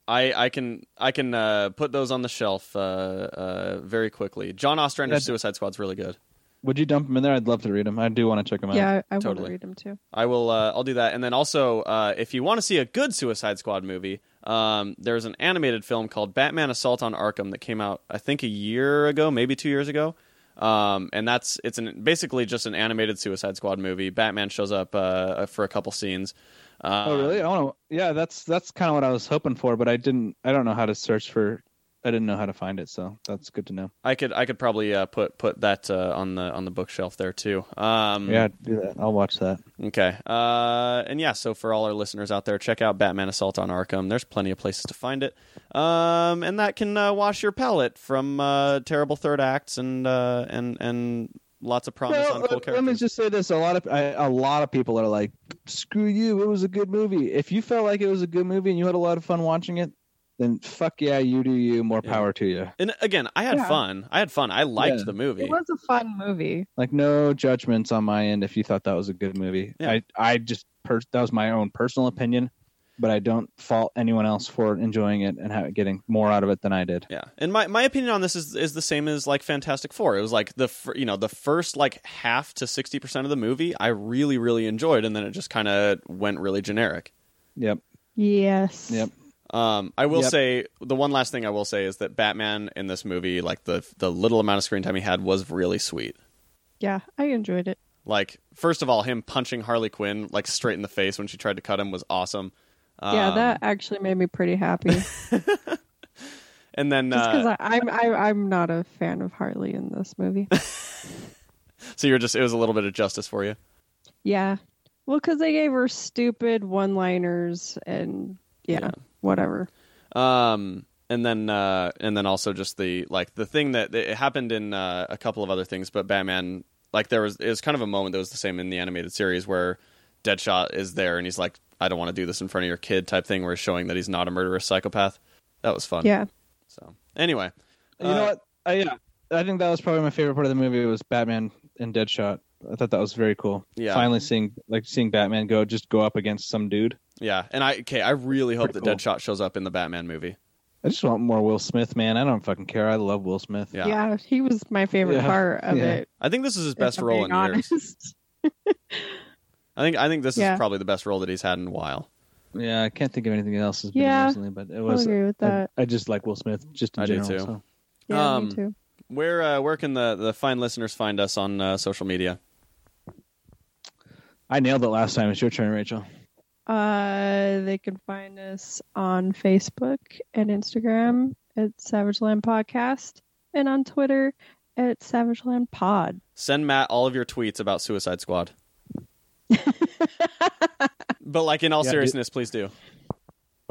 C: I, I can I can uh, put those on the shelf uh, uh, very quickly. John Ostrander's
D: Yeah.
C: Suicide Squad's really good.
D: Would you dump them in there? I'd love to read them. I do want to check them out.
A: Yeah, I, I want
C: Totally.
A: to read them too.
C: I will uh, I'll do that. And then also, uh, if you want to see a good Suicide Squad movie, um, there's an animated film called Batman Assault on Arkham that came out I think a year ago, maybe two years ago. Um, and that's it's an, basically just an animated Suicide Squad movie. Batman shows up uh, for a couple scenes. Uh,
D: Oh really? I want to. Yeah, that's that's kind of what I was hoping for, but I didn't. I don't know how to search for. I didn't know how to find it, so that's good to know.
C: I could I could probably uh, put put that uh, on the on the bookshelf there too. Um,
D: Yeah, do that. I'll watch that.
C: Okay. Uh, and yeah, so for all our listeners out there, check out Batman Assault on Arkham. There's plenty of places to find it. Um, and that can uh, wash your palate from uh, terrible third acts and uh, and and lots of promise
D: Well, uh,
C: on cool
D: let- let me
C: characters.
D: just say this: a lot of I, a lot of people are like, "Screw you! It was a good movie." If you felt like it was a good movie and you had a lot of fun watching it, then fuck yeah, you do you. More
C: Yeah.
D: power to you.
C: And again, I had
A: Yeah.
C: fun. I had fun. I liked
D: Yeah.
C: the movie.
A: It was a fun movie.
D: Like no judgments on my end if you thought that was a good movie.
C: Yeah.
D: I I just per- that was my own personal opinion, but I don't fault anyone else for enjoying it and ha- getting more out of it than I did.
C: Yeah, and my, my opinion on this is is the same as like Fantastic Four. It was like the fir- you know the first like half to sixty percent of the movie I really really enjoyed, and then it just kind of went really generic.
D: Yep.
A: Yes.
D: Yep.
C: Um, I will
D: Yep.
C: say the one last thing I will say is that Batman in this movie, like the the little amount of screen time he had, was really sweet.
A: Yeah, I enjoyed it.
C: Like first of all, him punching Harley Quinn like straight in the face when she tried to cut him was awesome. Um,
A: yeah, that actually made me pretty happy. Just
C: and then
A: because
C: uh,
A: I'm I, I'm not a fan of Harley in this movie.
C: so you're just it was a little bit of justice for you.
A: yeah, well, because they gave her stupid one-liners and yeah, whatever.
C: Um, and then uh, and then also just the like the thing that it happened in uh, a couple of other things, but Batman like there was it was kind of a moment that was the same in the animated series where Deadshot is there and he's like, I don't want to do this in front of your kid type thing, where he's showing that he's not a murderous psychopath. That was fun.
A: Yeah.
C: So anyway,
D: you know
C: uh,
D: what? I, yeah, I think that was probably my favorite part of the movie was Batman and Deadshot. I thought that was very cool.
C: Yeah.
D: Finally seeing like seeing Batman go just go up against some dude.
C: Yeah, and I okay, I really hope that
D: Pretty cool.
C: Deadshot shows up in the Batman movie.
D: I just want more Will Smith, man. I don't fucking care. I love Will Smith.
C: Yeah.
A: Yeah. he was my favorite
D: Yeah.
A: part of
D: Yeah.
A: it.
C: I think this is his
A: if
C: best
A: I'm
C: role
A: being
C: in years.
A: honest.
C: I think I think this
A: Yeah.
C: is probably the best role that he's had in a while.
D: Yeah, I can't think of anything else as big
A: Yeah.
D: recently, but it
A: I'll
D: was.
A: agree with
D: I,
A: that.
D: I just like Will Smith, just in
C: I do
D: general.
C: too.
D: so.
A: Yeah,
C: Um,
A: me too.
C: Where uh, where can the the fine listeners find us on uh, social media?
D: I nailed it last time. It's your turn, Rachel.
A: Uh, they can find us on Facebook and Instagram at Savage Land Podcast and on Twitter at Savage Land Pod.
C: Send Matt all of your tweets about Suicide Squad. but like in all
D: Yeah, do-
C: seriousness, please do.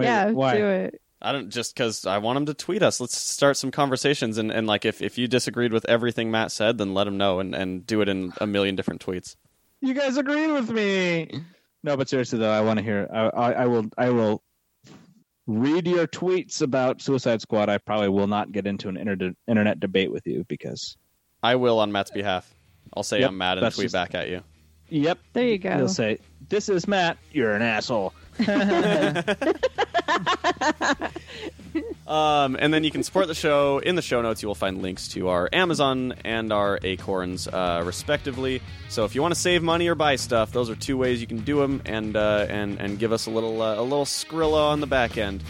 A: yeah,
D: why?
A: do it.
C: I don't just because I want him to tweet us. Let's start some conversations and, and like if, if you disagreed with everything Matt said, then let him know and, and do it in a million different tweets.
D: You guys agree with me? No, but seriously though, I want to hear. I, I, I will. I will read your tweets about Suicide Squad. I probably will not get into an inter- internet debate with you because.
C: I will on Matt's behalf. I'll say
D: Yep,
C: I'm mad and
D: that's
C: tweet
D: just-
C: back at you.
D: Yep.
A: There you go.
D: You'll say, "This is Matt. You're an asshole."
C: Um, and then you can support the show. In the show notes, you will find links to our Amazon and our Acorns, uh, respectively. So if you want to save money or buy stuff, those are two ways you can do them, and uh, and and give us a little uh, a little skrilla on the back end.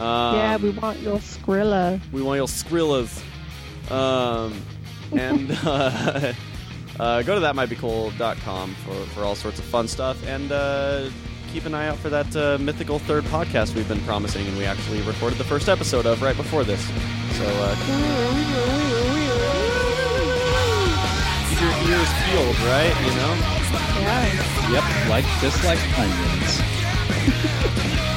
C: Um,
A: yeah, we want your Skrilla.
C: we want your skrillas. Um, and uh, uh, go to thatmightbecool.com for for all sorts of fun stuff, and uh, keep an eye out for that uh, mythical third podcast we've been promising, and we actually recorded the first episode of right before this. So uh, keep your ears peeled, right? You know.
A: Yeah.
C: Yep. Like
D: Just like onions.